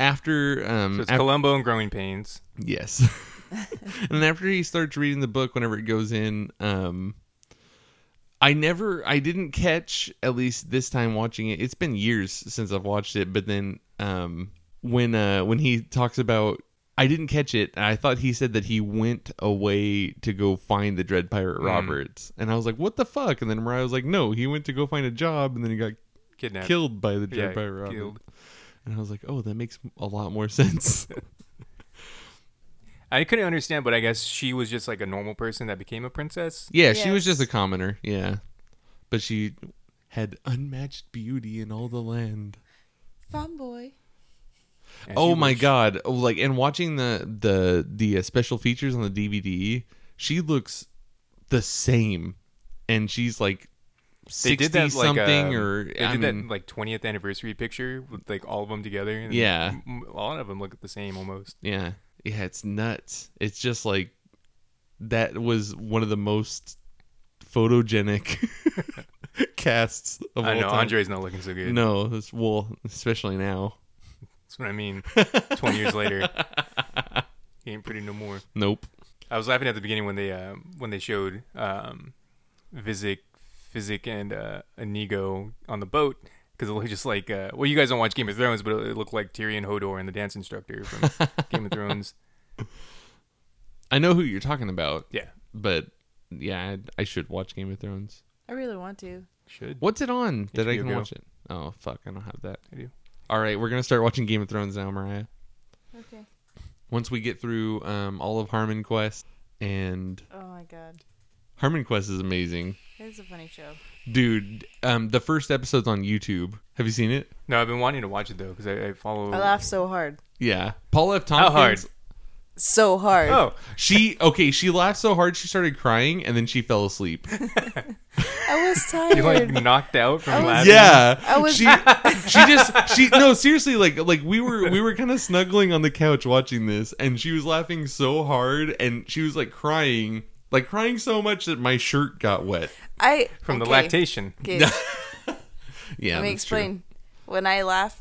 after um so it's af- Columbo and Growing Pains. *laughs* yes, and after he starts reading the book, whenever it goes in, um, I never I didn't catch at least this time watching it. It's been years since I've watched it, but then um when uh when he talks about I didn't catch it. I thought he said that he went away to go find the Dread Pirate Hmm. Roberts. And I was like, "What the fuck?" And then Mariah was like, "No, he went to go find a job and then he got Kidnapped. killed by the Dread Yeah, Pirate Roberts." killed. And I was like, "Oh, that makes a lot more *laughs* *laughs* sense." I couldn't understand, but I guess she was just like a normal person that became a princess. Yeah, she was Yes. just a commoner. Yeah. But she had unmatched beauty in all the land. Fun boy. And Oh she my was- god. Oh, like and watching the the the uh, special features on the DVD, she looks the same and she's like 60 They did that like something um, or they I did mean, that like 20th anniversary picture with like all of them together. And Yeah. m- m- a lot of them look the same almost. yeah. Yeah, it's nuts. It's just like that was one of the most photogenic *laughs* casts of I all know time. Andre's not looking so good. No, that's well, especially now. That's what I mean. 20 years later, he ain't pretty no more. Nope. I was laughing at the beginning when they uh, when they showed um, Vizic, Physic, and uh, Inigo on the boat because it looked just like uh, well, you guys don't watch Game of Thrones, but it, it looked like Tyrion Hodor and the dance instructor from Game of Thrones. I know who you're talking about. Yeah, But yeah, I, I should watch Game of Thrones. I really want to. should What's it on that I HBO can Go. watch it? Oh fuck, I don't have that. I do? All right, we're gonna start watching Game of Thrones now, Mariah. Okay. Once we get through um, all of Harmon Quest, and Oh my god. Harmon Quest is amazing, It's a funny show. dude. Um, the first episode's on YouTube. Have you seen it? No, I've been wanting to watch it though because I, I follow. I laugh so hard. Yeah, Paul F. How Tompkins. hard? So hard. *laughs* Oh, She okay. She laughed so hard she started crying, and then she fell asleep. I was *laughs* you like tired. knocked out from laughing. Yeah, I was- She, she just she no seriously like like we were we were kind of snuggling on the couch watching this, and she was laughing so hard, and she was like crying, like crying so much that my shirt got wet. I from the okay. lactation. *laughs* Okay. Yeah, Let me that's true. explain. When I laugh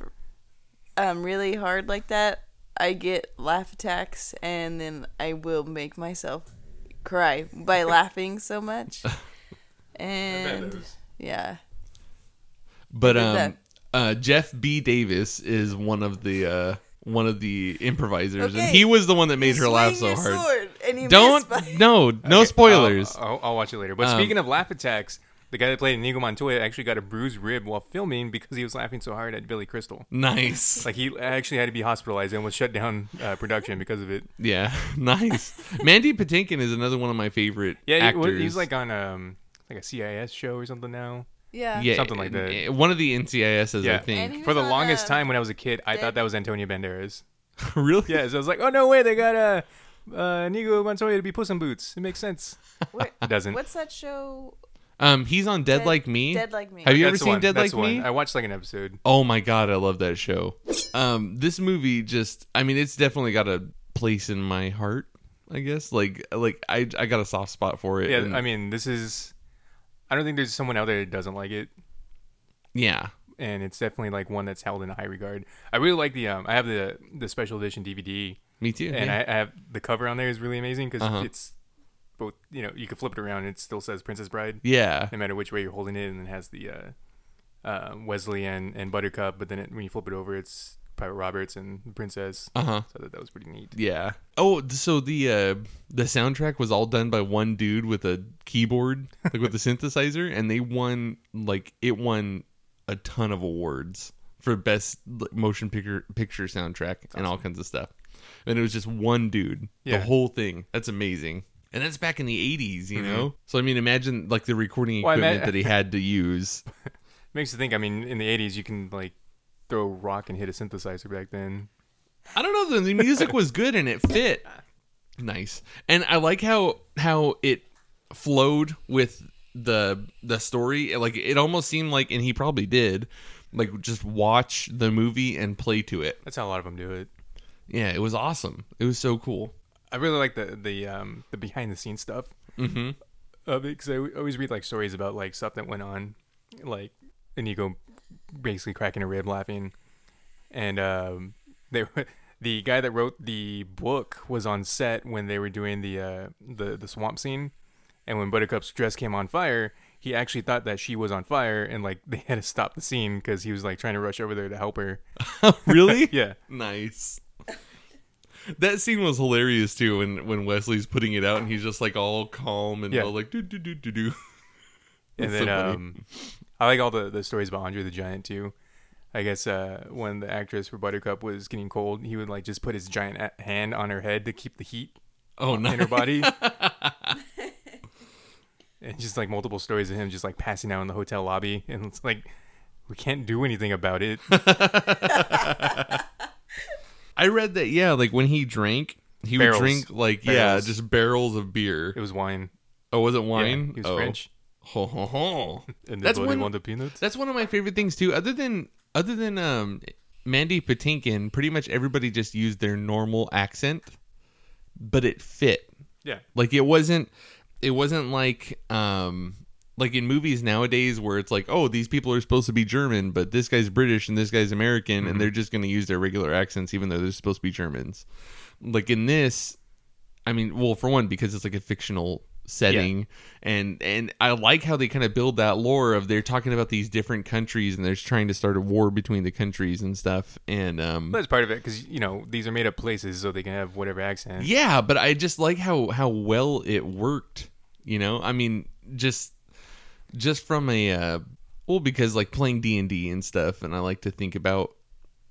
um, really hard like that, I get laugh attacks, and then I will make myself cry *laughs* by laughing so much. And yeah, But did um, that. uh, Jeff B. Davis is one of the uh one of the improvisers, and Okay. he was the one that made her Swing laugh so your hard. Sword, and you Don't miss by- *laughs* no no Okay, spoilers. uh, I'll, I'll, I'll watch it later. But Um, speaking of laugh attacks, The guy that played Inigo Montoya actually got a bruised rib while filming because he was laughing so hard at Billy Crystal. Nice. Like he actually had to be hospitalized and was shut down uh, production because of it. yeah, *laughs* nice. Mandy Patinkin is another one of my favorite Yeah, he, actors. well, he's like on um like a CIS show or something now. Yeah. yeah, something like that. eh, One of the NCISs, I Yeah. think. And he For was the on, longest um, time when I was a kid, I Dead- thought that was Antonio Banderas. *laughs* really? Yeah, so I was like, oh no way, they got a. Uh, Inigo Montoya to be Puss in Boots. It makes *laughs* sense. What- It doesn't. What's that show? Um, he's on Dead, Dead- Like Me. Dead Like Me. Have you That's ever the seen one. Dead That's Like the one. Me? I watched like an episode. Oh my god, I love that show. Um, this movie just I mean, it's definitely got a place in my heart, I guess. Like like I I got a soft spot for it. Yeah, and- I mean, this is. I don't think there's someone out there that doesn't like it, Yeah. and it's definitely like one that's held in high regard. I really like the. Um, I have the the special edition DVD, Me too. and yeah. I, I have the cover on there is really amazing because Uh-huh. it's both. You know, you can flip it around and it still says Princess Bride, yeah. no matter which way you're holding it, and it has the uh, uh, Wesley and and Buttercup. But then it, when you flip it over, it's Private Roberts and Princess. Uh-huh. So I thought that was pretty neat. Yeah. Oh, th- so the uh the soundtrack was all done by one dude with a keyboard, *laughs* like with a synthesizer, and they won like it won a ton of awards for best like, motion picture picture soundtrack and all kinds of stuff. And it was just one dude, Yeah. the whole thing. That's amazing. And that's back in the 80s, you know? So I mean, imagine like the recording Mm-hmm. Well, I equipment meant- that he had to use. Makes you think. I mean, in the '80s, you can like throw a rock and hit a synthesizer back then. I don't know. The, the music was good and it fit. Nice. And I like how how it flowed with the the story. Like it almost seemed like, and he probably did, like just watch the movie and play to it. That's how a lot of them do it. Yeah, it was awesome. It was so cool. *laughs* I really like the the um the behind the scenes stuff mm-hmm. of it because I w- always read like stories about like stuff that went on, like Inigo basically cracking a rib laughing, and um they were, the guy that wrote the book was on set when they were doing the uh the the swamp scene, and when Buttercup's dress came on fire. He actually thought that she was on fire, and like *laughs* they had to stop the scene because he was like trying to rush over there to help her. really? *laughs* Yeah, Nice. That scene was hilarious too when when Wesley's putting it out and he's just like all calm and Yeah. all like do do do do do. *laughs* and That's then so funny. um, I like all the, the stories about Andre the Giant too. I guess uh, when the actress for Buttercup was getting cold, he would like just put his giant a- hand on her head to keep the heat Oh, nice. in her *laughs* body. and just like multiple stories of him just like passing out in the hotel lobby, and it's like we can't do anything about *laughs* it. I read that yeah, like when he drank, he Barrels. would drink like Barrels. yeah, just barrels of beer. It was wine. oh, was it Yeah, wine? he was oh. French. *laughs* Ho ho ho. *laughs* And That's that's when one- they want the peanuts. That's one of my favorite things too. Other than other than um Mandy Patinkin, pretty much everybody just used their normal accent, but it fit. Yeah, Like it wasn't it wasn't like um like in movies nowadays where it's like, oh, these people are supposed to be German, but this guy's British and this guy's American and they're just gonna use their regular accents even though they're supposed to be Germans. Like in this, I mean, well, for one, because it's like a fictional setting and and I like how they kind of build that lore of they're talking about these different countries and they're trying to start a war between the countries and stuff. And um that's part of it because you know these are made up places, so they can have whatever accent. yeah, but I just like how how well it worked. You know, I mean, just just from a uh, well, because like playing D and D and stuff, and I like to think about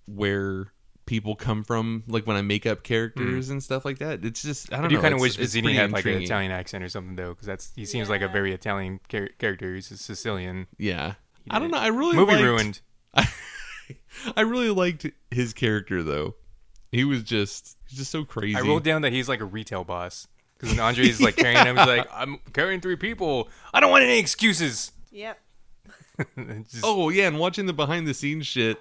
where people come from, like when I make up characters and stuff like that. It's just I don't I know. Mm. do kind of it's- wish it's Vizzini pretty had like an intriguing. Italian accent or something though, because that's he seems like a very Italian char- character. He's a Sicilian. Yeah, I don't know. I really Movie liked- ruined. I really liked his character though. He was just he's just so crazy. I wrote down that he's like a retail boss because when Andre's like carrying him, he's like, "I'm carrying three people. I don't want any excuses." *laughs* Yep. It's just- Oh yeah, and watching the behind the scenes shit,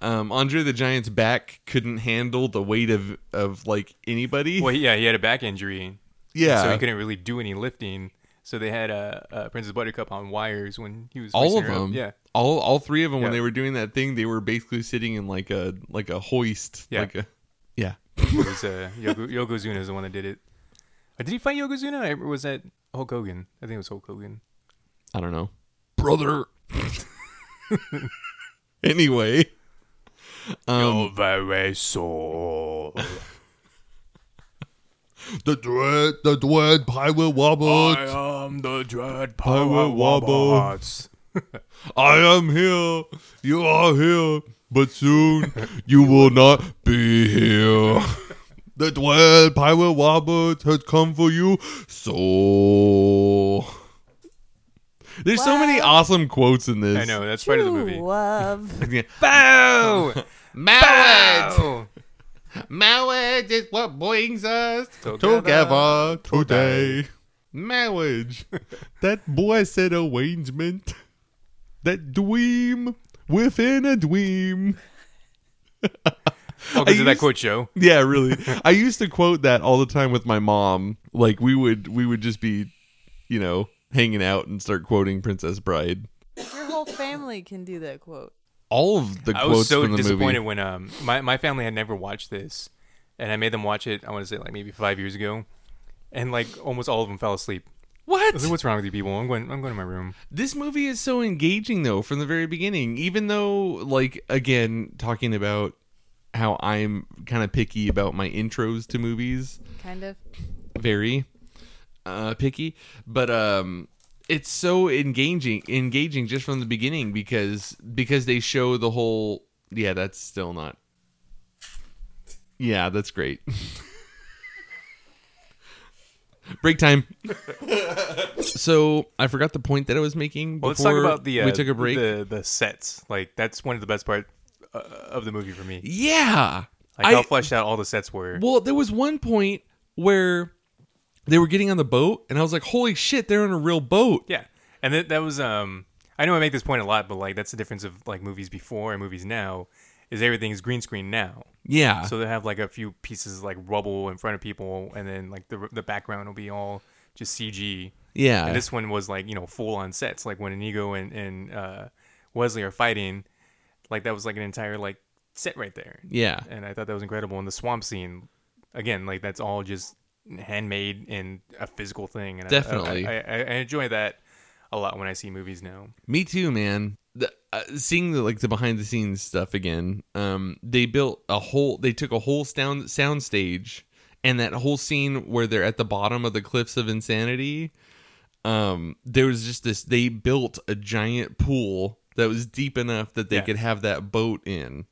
um, Andre the Giant's back couldn't handle the weight of of like anybody. well, yeah, he had a back injury, yeah, so he couldn't really do any lifting. So they had uh, uh, Princess Buttercup on wires when he was all hoisting of her up. them. Yeah, all all three of them when Yeah. they were doing that thing, they were basically sitting in like a like a hoist. Yeah. like a, yeah. it was uh, Yoko, Yokozuna is the one that did it. Uh, Did he fight Yokozuna? Or was that Hulk Hogan? I think it was Hulk Hogan. I don't know, brother. *laughs* anyway, um, Very soul. *laughs* The dread, the dread pirate robot. am the dread Pirate Wobble. I am here. You are here. But soon you will not be here. *laughs* The dread pirate robot has come for you. So. There's so many awesome quotes in this. I *laughs* know that's part of the movie. *laughs* Love. Bow, Marriage! bow. Marriage is what brings us Together together today. *laughs* Marriage. that blessed arrangement. That dream within a dream. Welcome I to that used- quote show. Yeah, really. I used to quote that all the time with my mom. Like we would we would just be, you know, hanging out and start quoting Princess Bride. Your whole family can do that quote. All of the I quotes was so from the disappointed movie. when um my, my family had never watched this, and I made them watch it. I want to say like maybe five years ago, and like almost all of them fell asleep. I was like, What? What's wrong with you people? I'm going. I'm going to my room. This movie is so engaging though from the very beginning. Even though like again talking about how I'm kind of picky about my intros to movies. Kind of. very uh, picky, but um, it's so engaging, engaging just from the beginning because because they show the whole. Yeah, that's still not. Yeah, that's great. *laughs* *laughs* Break time. so I forgot the point that I was making. Well, let's before talk about the uh, we took a break. The, the sets, like that's one of the best part uh, of the movie for me. yeah, Like how fleshed out all the sets were. Well, there was one point where they were getting on the boat, and I was like, "Holy shit, they're on a real boat!" Yeah, and that, that was um. I know I make this point a lot, but like that's the difference of like movies before and movies now is everything is green screen now. Yeah. So they have like a few pieces like rubble in front of people, and then like the the background will be all just CG. yeah. And this one was like you know full on sets, like when Inigo and and uh, Wesley are fighting, like that was like an entire like set right there. yeah. and I thought that was incredible. And the swamp scene, again, like that's all just handmade and a physical thing. And I- Definitely. I, I, I, enjoy that a lot when I see movies now. Me too, man. The, uh, seeing the like the behind the scenes stuff again. Um, they built a whole. They took a whole sound sound stage, and that whole scene where they're at the bottom of the cliffs of insanity. Um, there was just this. They built a giant pool that was deep enough that they Yeah. could have that boat in.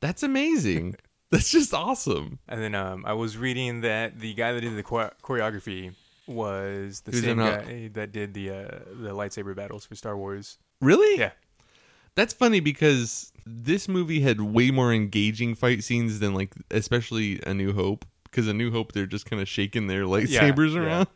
That's amazing. *laughs* That's just awesome. And then um, I was reading that the guy that did the chor- choreography was the Who's same in a- guy that did the uh, the lightsaber battles for Star Wars. Really? Yeah, That's funny because this movie had way more engaging fight scenes than like especially A New Hope because A New Hope they're just kind of shaking their lightsabers yeah. around.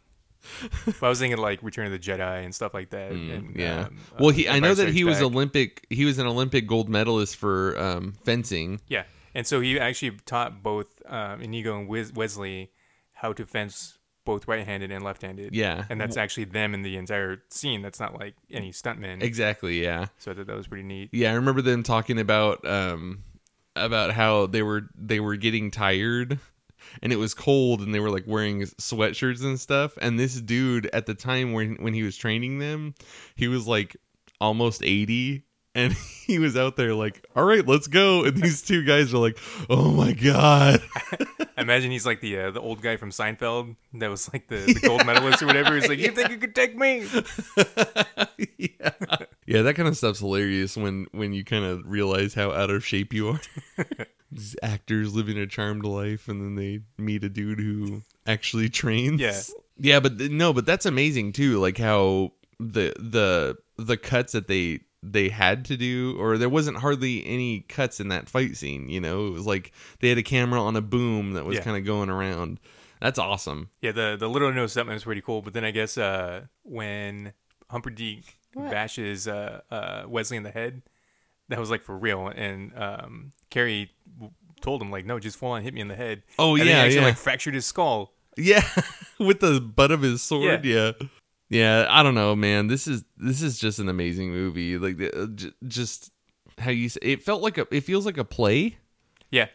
but I was thinking like Return of the Jedi and stuff like that. and, Mm, Yeah. um, well, uh, he I Empire know that Strikes he was Back. Olympic he was an Olympic gold medalist for um, fencing. Yeah, and so he actually taught both um, Inigo and Wes- Wesley how to fence both right-handed and left-handed. Yeah. and that's actually them in the entire scene. That's not like any stuntmen. Exactly, yeah. so I thought that was pretty neat. Yeah, I remember them talking about um about how they were they were getting tired and it was cold and they were like wearing sweatshirts and stuff and this dude at the time when when he was training them, he was like almost 80 and *laughs* he was out there like, "All right, let's go." And these two guys are like, "Oh my god." *laughs* I imagine he's like the uh, the old guy from Seinfeld that was like the, the gold medalist or whatever. He's like, "You think you could take me?" *laughs* yeah. yeah, that kind of stuff's hilarious when when you kind of realize how out of shape you are. *laughs* These actors living a charmed life, and then they meet a dude who actually trains. Yeah. yeah, but th- no, but that's amazing too. Like how the the the cuts that they they had to do, or there wasn't hardly any cuts in that fight scene. You know, it was like they had a camera on a boom that was Yeah. kind of going around. That's awesome. Yeah, the the little no stuntman was pretty cool. But then I guess uh, when Humperdinck bashes uh, uh, Wesley in the head, that was like for real. And um, Carrie w- told him like, "No, just full on hit me in the head." Oh, and then yeah, he actually yeah. like fractured his skull. Yeah, *laughs* with the butt of his sword. Yeah. yeah, I don't know, man. This is this is just an amazing movie. Like the- uh, j- just how you say it felt like a it feels like a play, Yeah,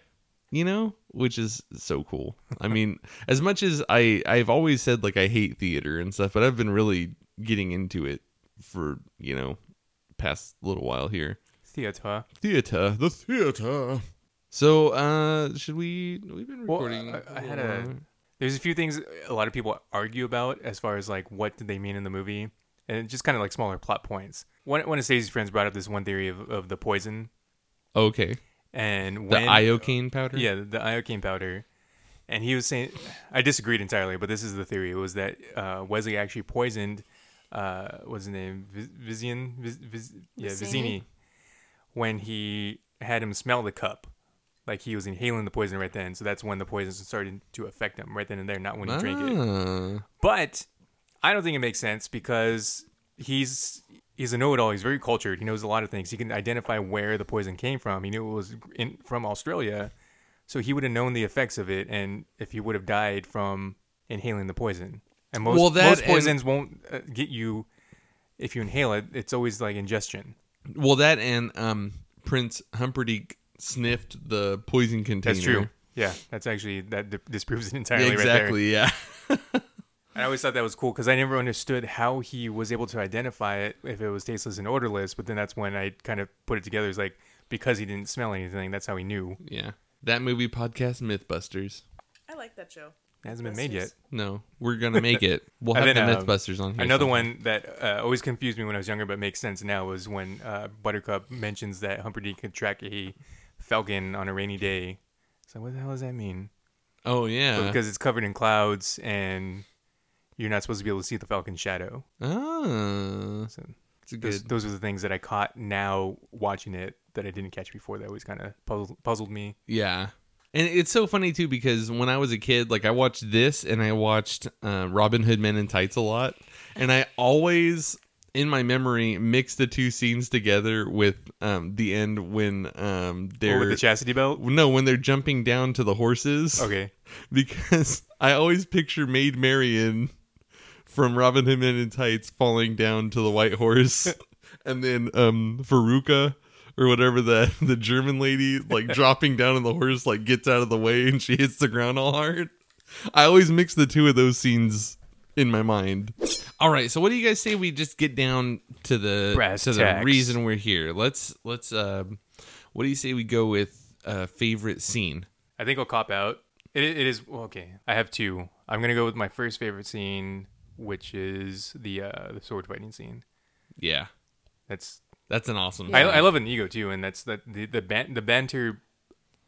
you know, which is so cool. *laughs* I mean, as much as I I've always said like I hate theater and stuff, but I've been really getting into it for you know past little while here. theater. Theater, the theater. So, uh, should we? We've been Well, recording. I, I little had a while. there's a few things a lot of people argue about as far as like what did they mean in the movie and just kind of like smaller plot points. One one of Stacey's friends brought up this one theory of, of the poison Okay. and The when iocane powder? yeah the iocane powder, and he was saying I disagreed entirely, but this is the theory was that uh, Wesley actually poisoned uh, what's his name Viz- Vizian Viz- Viz- yeah Vizzini? Vizini when he had him smell the cup. Like he was inhaling the poison right then, so that's when the poison started to affect him right then and there, not when he drank it. Ah. But I don't think it makes sense because he's he's a know-it-all. He's very cultured. He knows a lot of things. He can identify where the poison came from. He knew it was in, from Australia, so he would have known the effects of it, and if he would have died from inhaling the poison. And most, Well, that most and- poisons won't uh, get you if you inhale it. It's always like ingestion. Well, that and um, Prince Humperdinck sniffed the poison container. That's true. Yeah, that's actually that di- disproves it *laughs* entirely. Right there. exactly. *laughs* Yeah. I always thought that was cool because I never understood how he was able to identify it if it was tasteless and odorless. But then that's when I kind of put it together. It's like because he didn't smell anything, that's how he knew. yeah. That movie podcast MythBusters. I like that show. It hasn't been made yet. No, we're gonna make *laughs* it. We'll have And the then, um, MythBusters on here. Another sometime. one that uh, always confused me when I was younger, but makes sense now, was when uh, Buttercup mentions that Humperdinck could track a falcon on a rainy day. So what the hell does that mean? Oh yeah. because it's covered in clouds and you're not supposed to be able to see the falcon's shadow. ah, So it's a good. those, those are the things that I caught now watching it that I didn't catch before. That always kind of puzzled, puzzled me. Yeah. And it's so funny too because when I was a kid, like I watched this and I watched uh, Robin Hood Men in Tights a lot, and I always in my memory mix the two scenes together with um, the end when um, Or they're with the chastity belt. no when they're jumping down to the horses. Okay, *laughs* because I always picture Maid Marian from Robin Hood Men in Tights falling down to the white *laughs* horse, and then um Veruca or whatever the *laughs* the German lady *laughs* like dropping down on the horse like gets out of the way and she hits the ground all hard. I always mix the two of those scenes in my mind. All right, so what do you guys say we just get down to the Brass to the tacks. reason we're here? Let's let's um what do you say we go with uh favorite scene? I think I'll cop out. It, it is well, okay. I have two. I'm gonna go with my first favorite scene, which is the uh, the sword fighting scene. Yeah. That's That's an awesome. I, I love an ego too, and that's that the the ban- the banter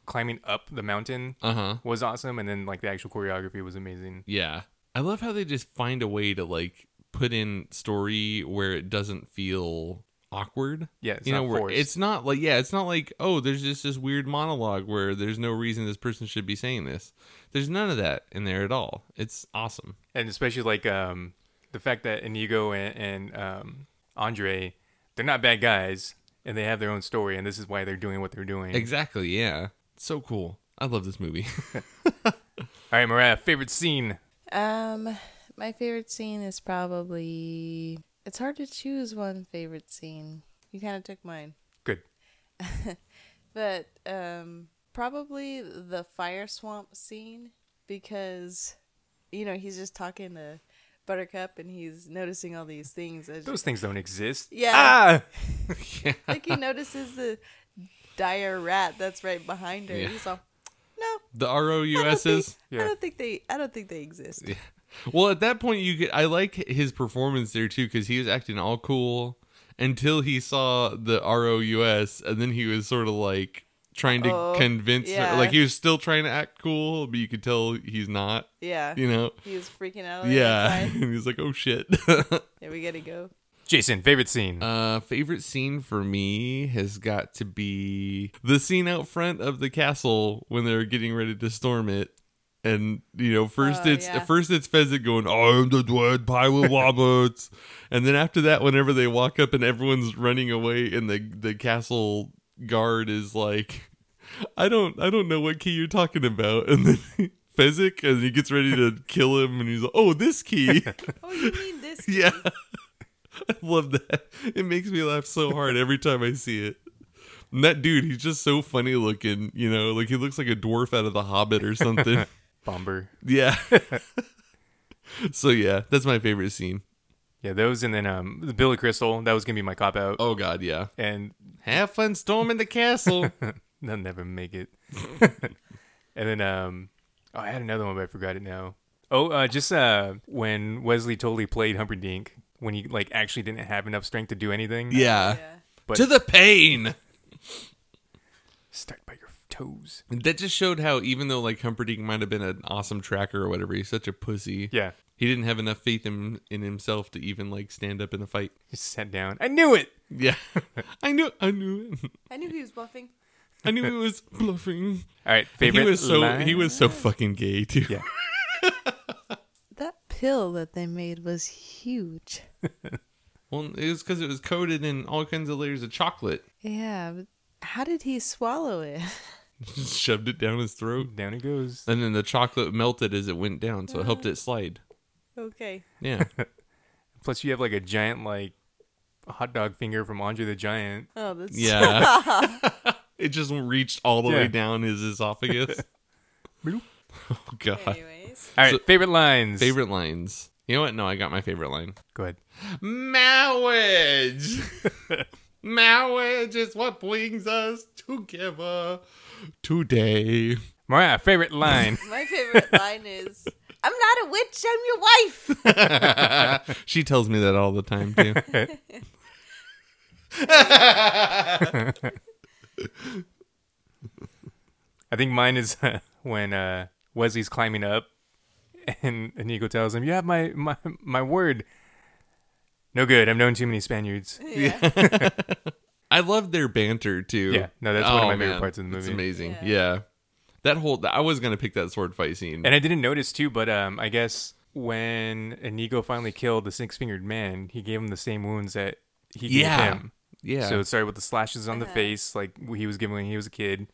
climbing up the mountain Uh huh. was awesome, and then like the actual choreography was amazing. Yeah, I love how they just find a way to like put in story where it doesn't feel awkward. Yeah, it's you know not where forced. it's not like yeah, it's not like oh, there's just this weird monologue where there's no reason this person should be saying this. There's none of that in there at all. It's awesome. and especially like um, the fact that Inigo and, and um, Andre, they're not bad guys, and they have their own story, and this is why they're doing what they're doing. Exactly. Yeah. So cool. I love this movie. *laughs* All right, Mariah, favorite scene. Um, my favorite scene is probably. It's hard to choose one favorite scene. You kind of took mine, Good. but um, probably the fire swamp scene because, you know, he's just talking to Buttercup and he's noticing all these things. as- Those things don't exist. *laughs* yeah, Ah, *laughs* like he notices the dire rat that's right behind her. Yeah. He's all, no, the I don't, think, *laughs* ROUSs. Yeah. I don't think they. I don't think they exist. Well, at that point, you could. I like his performance there too because he was acting all cool until he saw the ROUS, and then he was sort of like trying to Oh, convince yeah. her. Like he was still trying to act cool, but you could tell he's not. Yeah, You know. he was freaking out. Oh, Yeah, Yeah, *laughs* and he's like, "Oh shit." *laughs* yeah, we gotta go. Jason, favorite scene. uh, favorite scene for me has got to be the scene out front of the castle when they're getting ready to storm it. And you know, first Oh, it's yeah. first it's Pheasant going, "I'm the dead pilot *laughs* Roberts," and then after that, whenever they walk up and everyone's running away, and the the castle guard is like, "I don't, I don't know what key you're talking about," and then *laughs* Fezzik, and he gets ready to kill him, and he's like, "Oh, *laughs* this key." Oh, you mean this? *laughs* Yeah. I love that. It makes me laugh so hard every time I see it. And that dude, he's just so funny looking, you know, like he looks like a dwarf out of the Hobbit or *laughs* something. Bomber. yeah. *laughs* so yeah, that's my favorite scene. Yeah, those, and then um, the Billy Crystal. That was gonna be my cop out, Oh god, yeah. and Have fun storming *laughs* the castle. *laughs* they'll never make it. and then um, oh, I had another one, but I forgot it now. Oh, uh, just uh, when Wesley totally played Humperdinck when he like actually didn't have enough strength to do anything. Yeah. But- to the pain. Start by your *laughs* toes. And That just showed how even though like Humperdinck might have been an awesome tracker or whatever, he's such a pussy. Yeah. He didn't have enough faith in in himself to even like stand up in a fight. Just sat down. I knew it. Yeah. *laughs* I knew I knew it. I knew he was bluffing. I knew it was bluffing. All right. He Favorite. was so line? he was so fucking gay too. Yeah. That pill that they made was huge. Well, it was because it was coated in all kinds of layers of chocolate. Yeah, but how did he swallow it? *laughs* *laughs* Just shoved it down his throat. Down it goes. And then the chocolate melted as it went down, so it helped it slide. Okay. *laughs* Yeah. Plus, you have like a giant like hot dog finger from Andre the Giant. Oh, that's *laughs* Yeah. *laughs* it just reached all the way Yeah. down his esophagus. *laughs* Bloop. *laughs* oh god. *laughs* Anyways, All right. So- favorite lines. Favorite lines. You know what? No, I got my favorite line. Go ahead. *laughs* Marriage. Marriage is what brings us together today. *laughs* Mariah. Favorite line. my favorite line is, "I'm not a witch. I'm your wife." *laughs* she tells me that all the time too. I think mine is uh, when uh, Wesley's climbing up, and and Nico tells him, "You have my my my word." No good. I've known too many Spaniards. I love their banter too. Oh, Yeah, no, that's one of my favorite man, parts of the It's movie. amazing. Yeah. That whole I was gonna pick that sword fight scene. And I didn't notice too, but um, I guess when Inigo finally killed the six fingered man, he gave him the same wounds that he gave yeah. him. Yeah. So it started with the slashes on the Uh-huh. face, like he was given when he was a kid,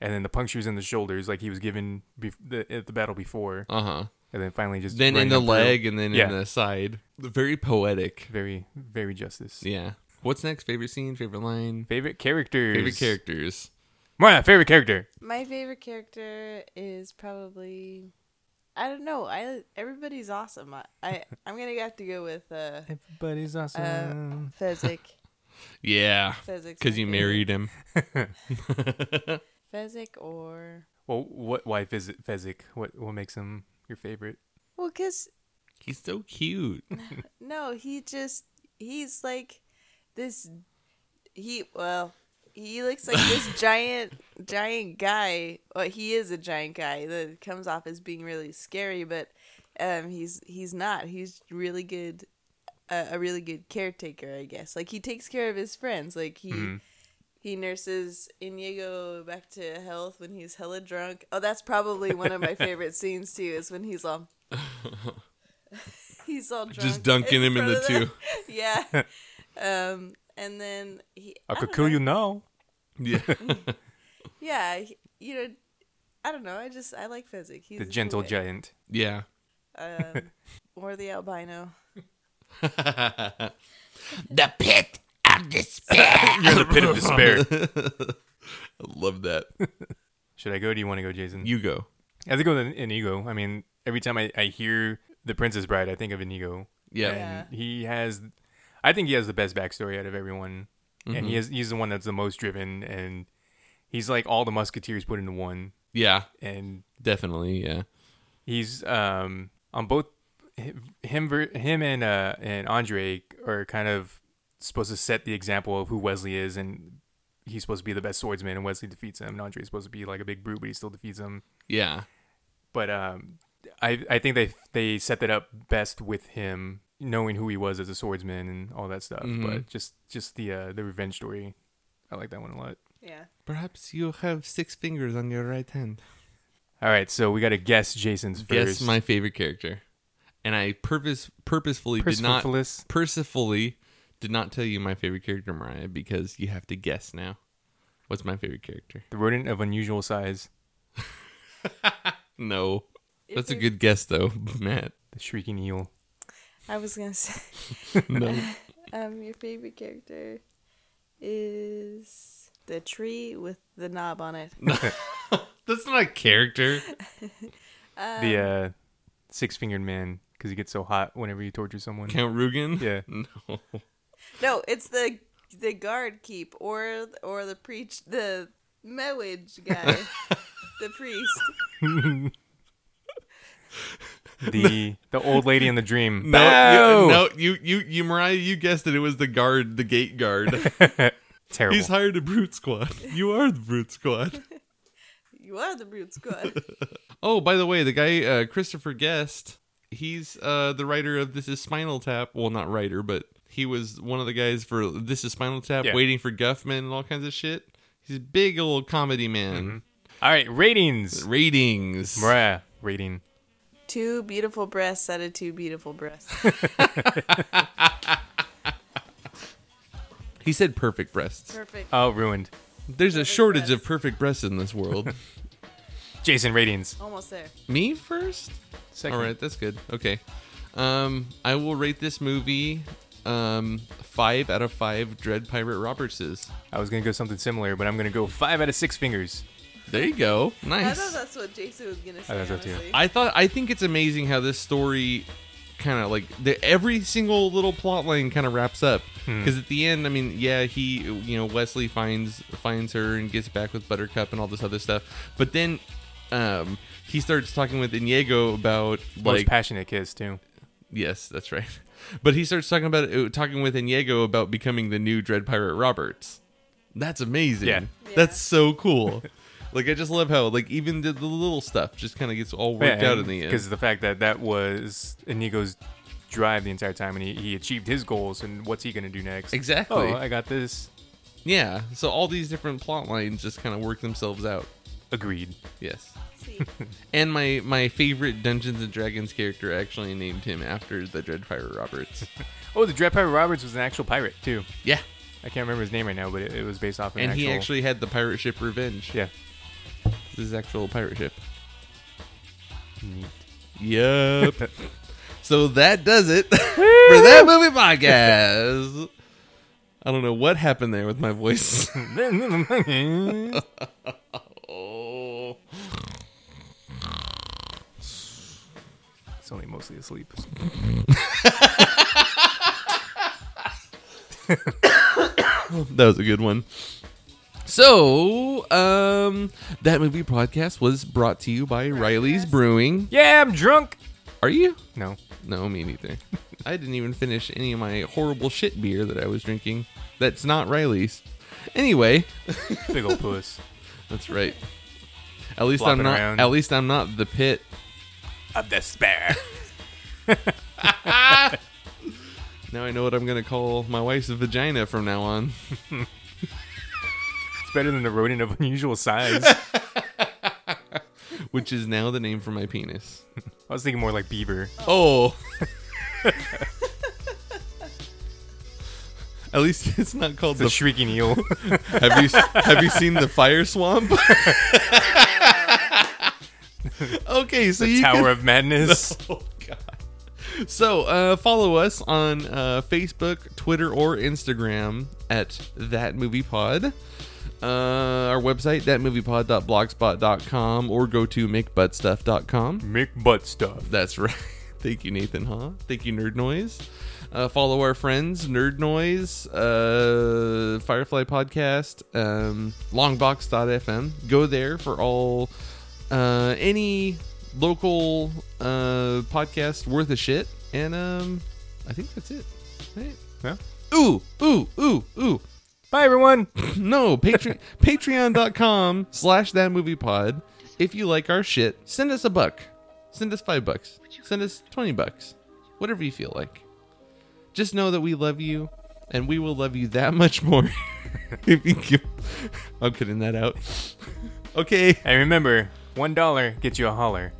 and then the punctures in the shoulders, like he was given bef the, at the battle before, uh huh. and then finally just Then in running the up through. leg and then Yeah. in the side. Very poetic. Very, very justice. Yeah. What's next? Favorite scene, favorite line? Favorite characters. Favorite characters. Mariah, favorite character. my favorite character is probably, I don't know. I everybody's awesome. I, I I'm gonna have to go with *laughs* uh, Everybody's uh Fezzik. Yeah. Fezzik's Because my favorite. you married him. Fezzik or well, what? Why Fezzik? Fezzik? What? What makes him your favorite? well, cause He's so cute. No, he just he's like this he well, he looks like this *laughs* giant giant guy. Well, he is a giant guy that comes off as being really scary, but um he's he's not. He's really good uh, a really good caretaker, I guess. Like he takes care of his friends. Like he Mm-hmm. he nurses Inigo back to health when he's hella drunk. Oh, that's probably one of my favorite scenes too. Is when he's *laughs* all *laughs* he's all drunk Just dunking him in front the of them. two. Yeah. um, and then he. I don't could kill know. you now. Yeah. Yeah, he- you know, I don't know. I just I like physics. He's The a cool gentle guy. giant. Yeah. Um, or the albino. The pit of despair. You're the pit of despair. I *laughs* love that. Should I go? Or do you want to go, Jason? You go. I think with an Inigo. I mean, every time I, I hear The Princess Bride, I think of Inigo. Yeah. Yeah. He has, I think he has the best backstory out of everyone, and Mm-hmm. he has, he's the one that's the most driven, and he's like all the Musketeers put into one, Yeah. and Definitely. Yeah. he's um on both hi- him ver- him and uh and Andre are kind of supposed to set the example of who Wesley is and he's supposed to be the best swordsman and Wesley defeats him and Andre's supposed to be like a big brute but he still defeats him Yeah. but um I I think they they set that up best with him knowing who he was as a swordsman and all that stuff Mm-hmm. but just just the uh the revenge story I like that one a lot Yeah. Perhaps you have six fingers on your right hand. all right so we got to guess Jason's first Guess my favorite character. And I purpose purposefully did not Persephilis. purposefully did not tell you my favorite character, Mariah, because you have to guess now. What's my favorite character? the rodent of unusual size No. That's a good guess though, *laughs* Matt. the shrieking eel I was gonna say. No. *laughs* Um, your favorite character is the tree with the knob on it. That's not a *laughs* character. the uh, six fingered man because he gets so hot whenever you torture someone. Count Rugen? Yeah. *laughs* No. No, it's the the guard keep or or the preach the mewage guy, the priest. the *laughs* the old lady in the *laughs* dream. No, you, no, you, you, you, Mariah, you guessed it. It was the guard, the gate guard. Terrible. He's hired a brute squad. You are the brute squad. You are the brute squad. Oh, by the way, the guy uh, Christopher Guest, he's uh, the writer of This Is Spinal Tap. Well, not writer, but he was one of the guys for This Is Spinal Tap, Yeah. Waiting for Guffman, and all kinds of shit. He's a big old comedy man. All right, ratings. Ratings. Bruh, rating. two beautiful breasts out of two beautiful breasts. He said perfect breasts. Perfect. Oh, ruined. There's a shortage of perfect breasts in this world. Jason, ratings. Almost there. Me first? Second. All right, that's good. Okay. Um, I will rate this movie um, five out of five Dread Pirate Robertses. I was gonna go something similar, but I'm gonna go five out of six fingers. There you go. I Nice. thought that's what Jason was gonna say. thought so too. honestly. I thought I think it's amazing how this story kind of like the, every single little plot line kind of wraps up because at the end I mean yeah he you know Wesley finds finds her and gets back with Buttercup and all this other stuff but then um he starts talking with Inigo about Most like passionate kiss too. yes that's right *laughs* but he starts talking about uh, talking with Inigo about becoming the new Dread Pirate Roberts that's amazing Yeah. that's so cool like I just love how like even the, the little stuff just kind of gets all worked out in the end because the fact that that was Inigo's drive the entire time, and he, he achieved his goals. And what's he gonna do next? Exactly. Oh, I got this. Yeah. So all these different plot lines just kind of work themselves out. Agreed. Yes. See, *laughs* And my my favorite Dungeons and Dragons character actually named him after the Dreadfire *laughs* Roberts. Oh, the Dread Pirate Roberts was an actual pirate too. yeah. I can't remember his name right now, but it, it was based off. An And actual, he actually had the pirate ship Revenge. yeah. *laughs* His actual pirate ship. Yep. *laughs* so that does it *laughs* for that movie podcast. I don't know what happened there with my voice. *laughs* oh. It's only mostly asleep. That was a good one. So, um, that movie podcast was brought to you by Riley's Brewing. Yeah, I'm drunk. Are you? No. No, me neither. *laughs* I didn't even finish any of my horrible shit beer that I was drinking. That's not Riley's. Anyway, Big old *laughs* puss. that's right. At least Flopping I'm not. around. At least I'm not the pit. Of despair. Now I know what I'm gonna call my wife's vagina from now on. *laughs* It's better than the rodent of unusual *laughs* size. which is now the name for my penis. I was thinking more like Bieber. Oh. At least it's not called The the. shrieking eel. have you have you seen the *laughs* fire swamp? *laughs* okay, so *laughs* you Tower can- of Madness. *laughs* Oh god. So uh, follow us on uh, Facebook, Twitter, or Instagram at That Movie Pod. Uh, our website, thatmoviepod.blogspot.com, or go to makebuttstuff.com. Mick butt stuff. That's *laughs* right. Thank you, Nathan Huh? Thank you, Nerd Noise. Uh, follow our friends, Nerd Noise, uh, Firefly Podcast, um, Longbox.fm. Go there for all uh, any local uh, podcast worth a shit. And um, I think that's it. Right? Yeah. Ooh, ooh, ooh, ooh. Bye, everyone. No, Patreon, patreon.com slash that movie pod. If you like our shit, send us a buck. Send us five bucks. Send us 20 bucks. Whatever you feel like. Just know that we love you and we will love you that *laughs* much more if you give. I'm cutting that out. *laughs* Okay. And remember, one dollar gets you a holler.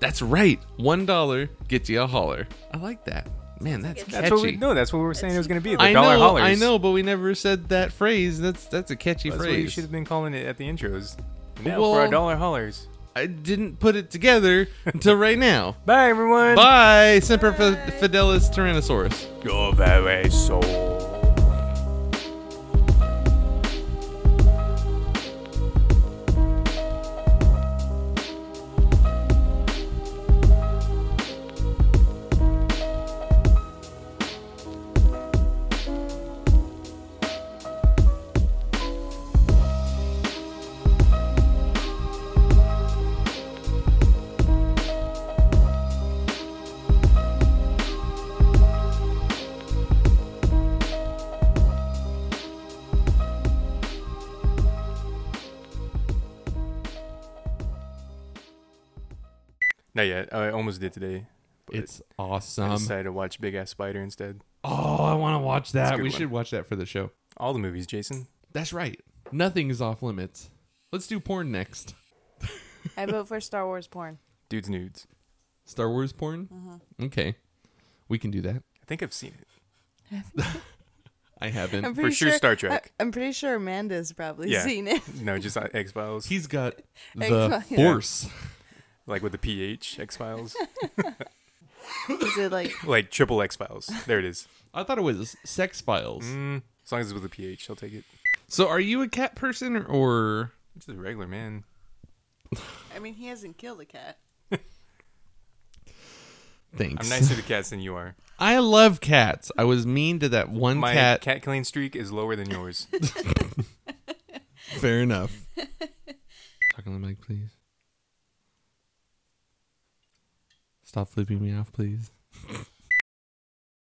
That's right. $1 gets you a holler. I like that. Man, that's catchy. That's what we no. That's what we were saying it was going to be. The I dollar know, hollers. I know, but we never said that phrase. That's that's a catchy That's phrase. what you should have been calling it at the intros. And Now Well- for our dollar hollers. I didn't put it together until right *laughs* now. Bye, everyone. Bye, Semper Fi- Fidelis Tyrannosaurus. Your very soul. Not yet. I almost did today. It's I awesome. decided to watch Big Ass Spider instead. Oh, I want to watch a that. good We one. should watch that for the show. All the movies, Jason. That's right. Nothing is off limits. Let's do porn next. *laughs* I vote for Star Wars porn. Dudes nudes. Star Wars porn? Okay. We can do that. I think I've seen it. I I'm *laughs* haven't. pretty sure Star Trek. I, am pretty sure Amanda's probably Yeah. seen it. *laughs* No, just uh, X Files. He's got the Exactly. force. Like with the PH X Files. Is it like like triple X Files. There it is. I thought it was sex files. Mm, as long as it's with a PH, I'll take it. So are you a cat person or Just a regular man. I mean he hasn't killed a cat. thanks? I'm nicer to cats than you are. *laughs* I love cats. I was mean to that one My cat. cat, killing streak is lower than yours. Fair enough. *laughs* Talk on the mic, please. Stop flipping me off, please.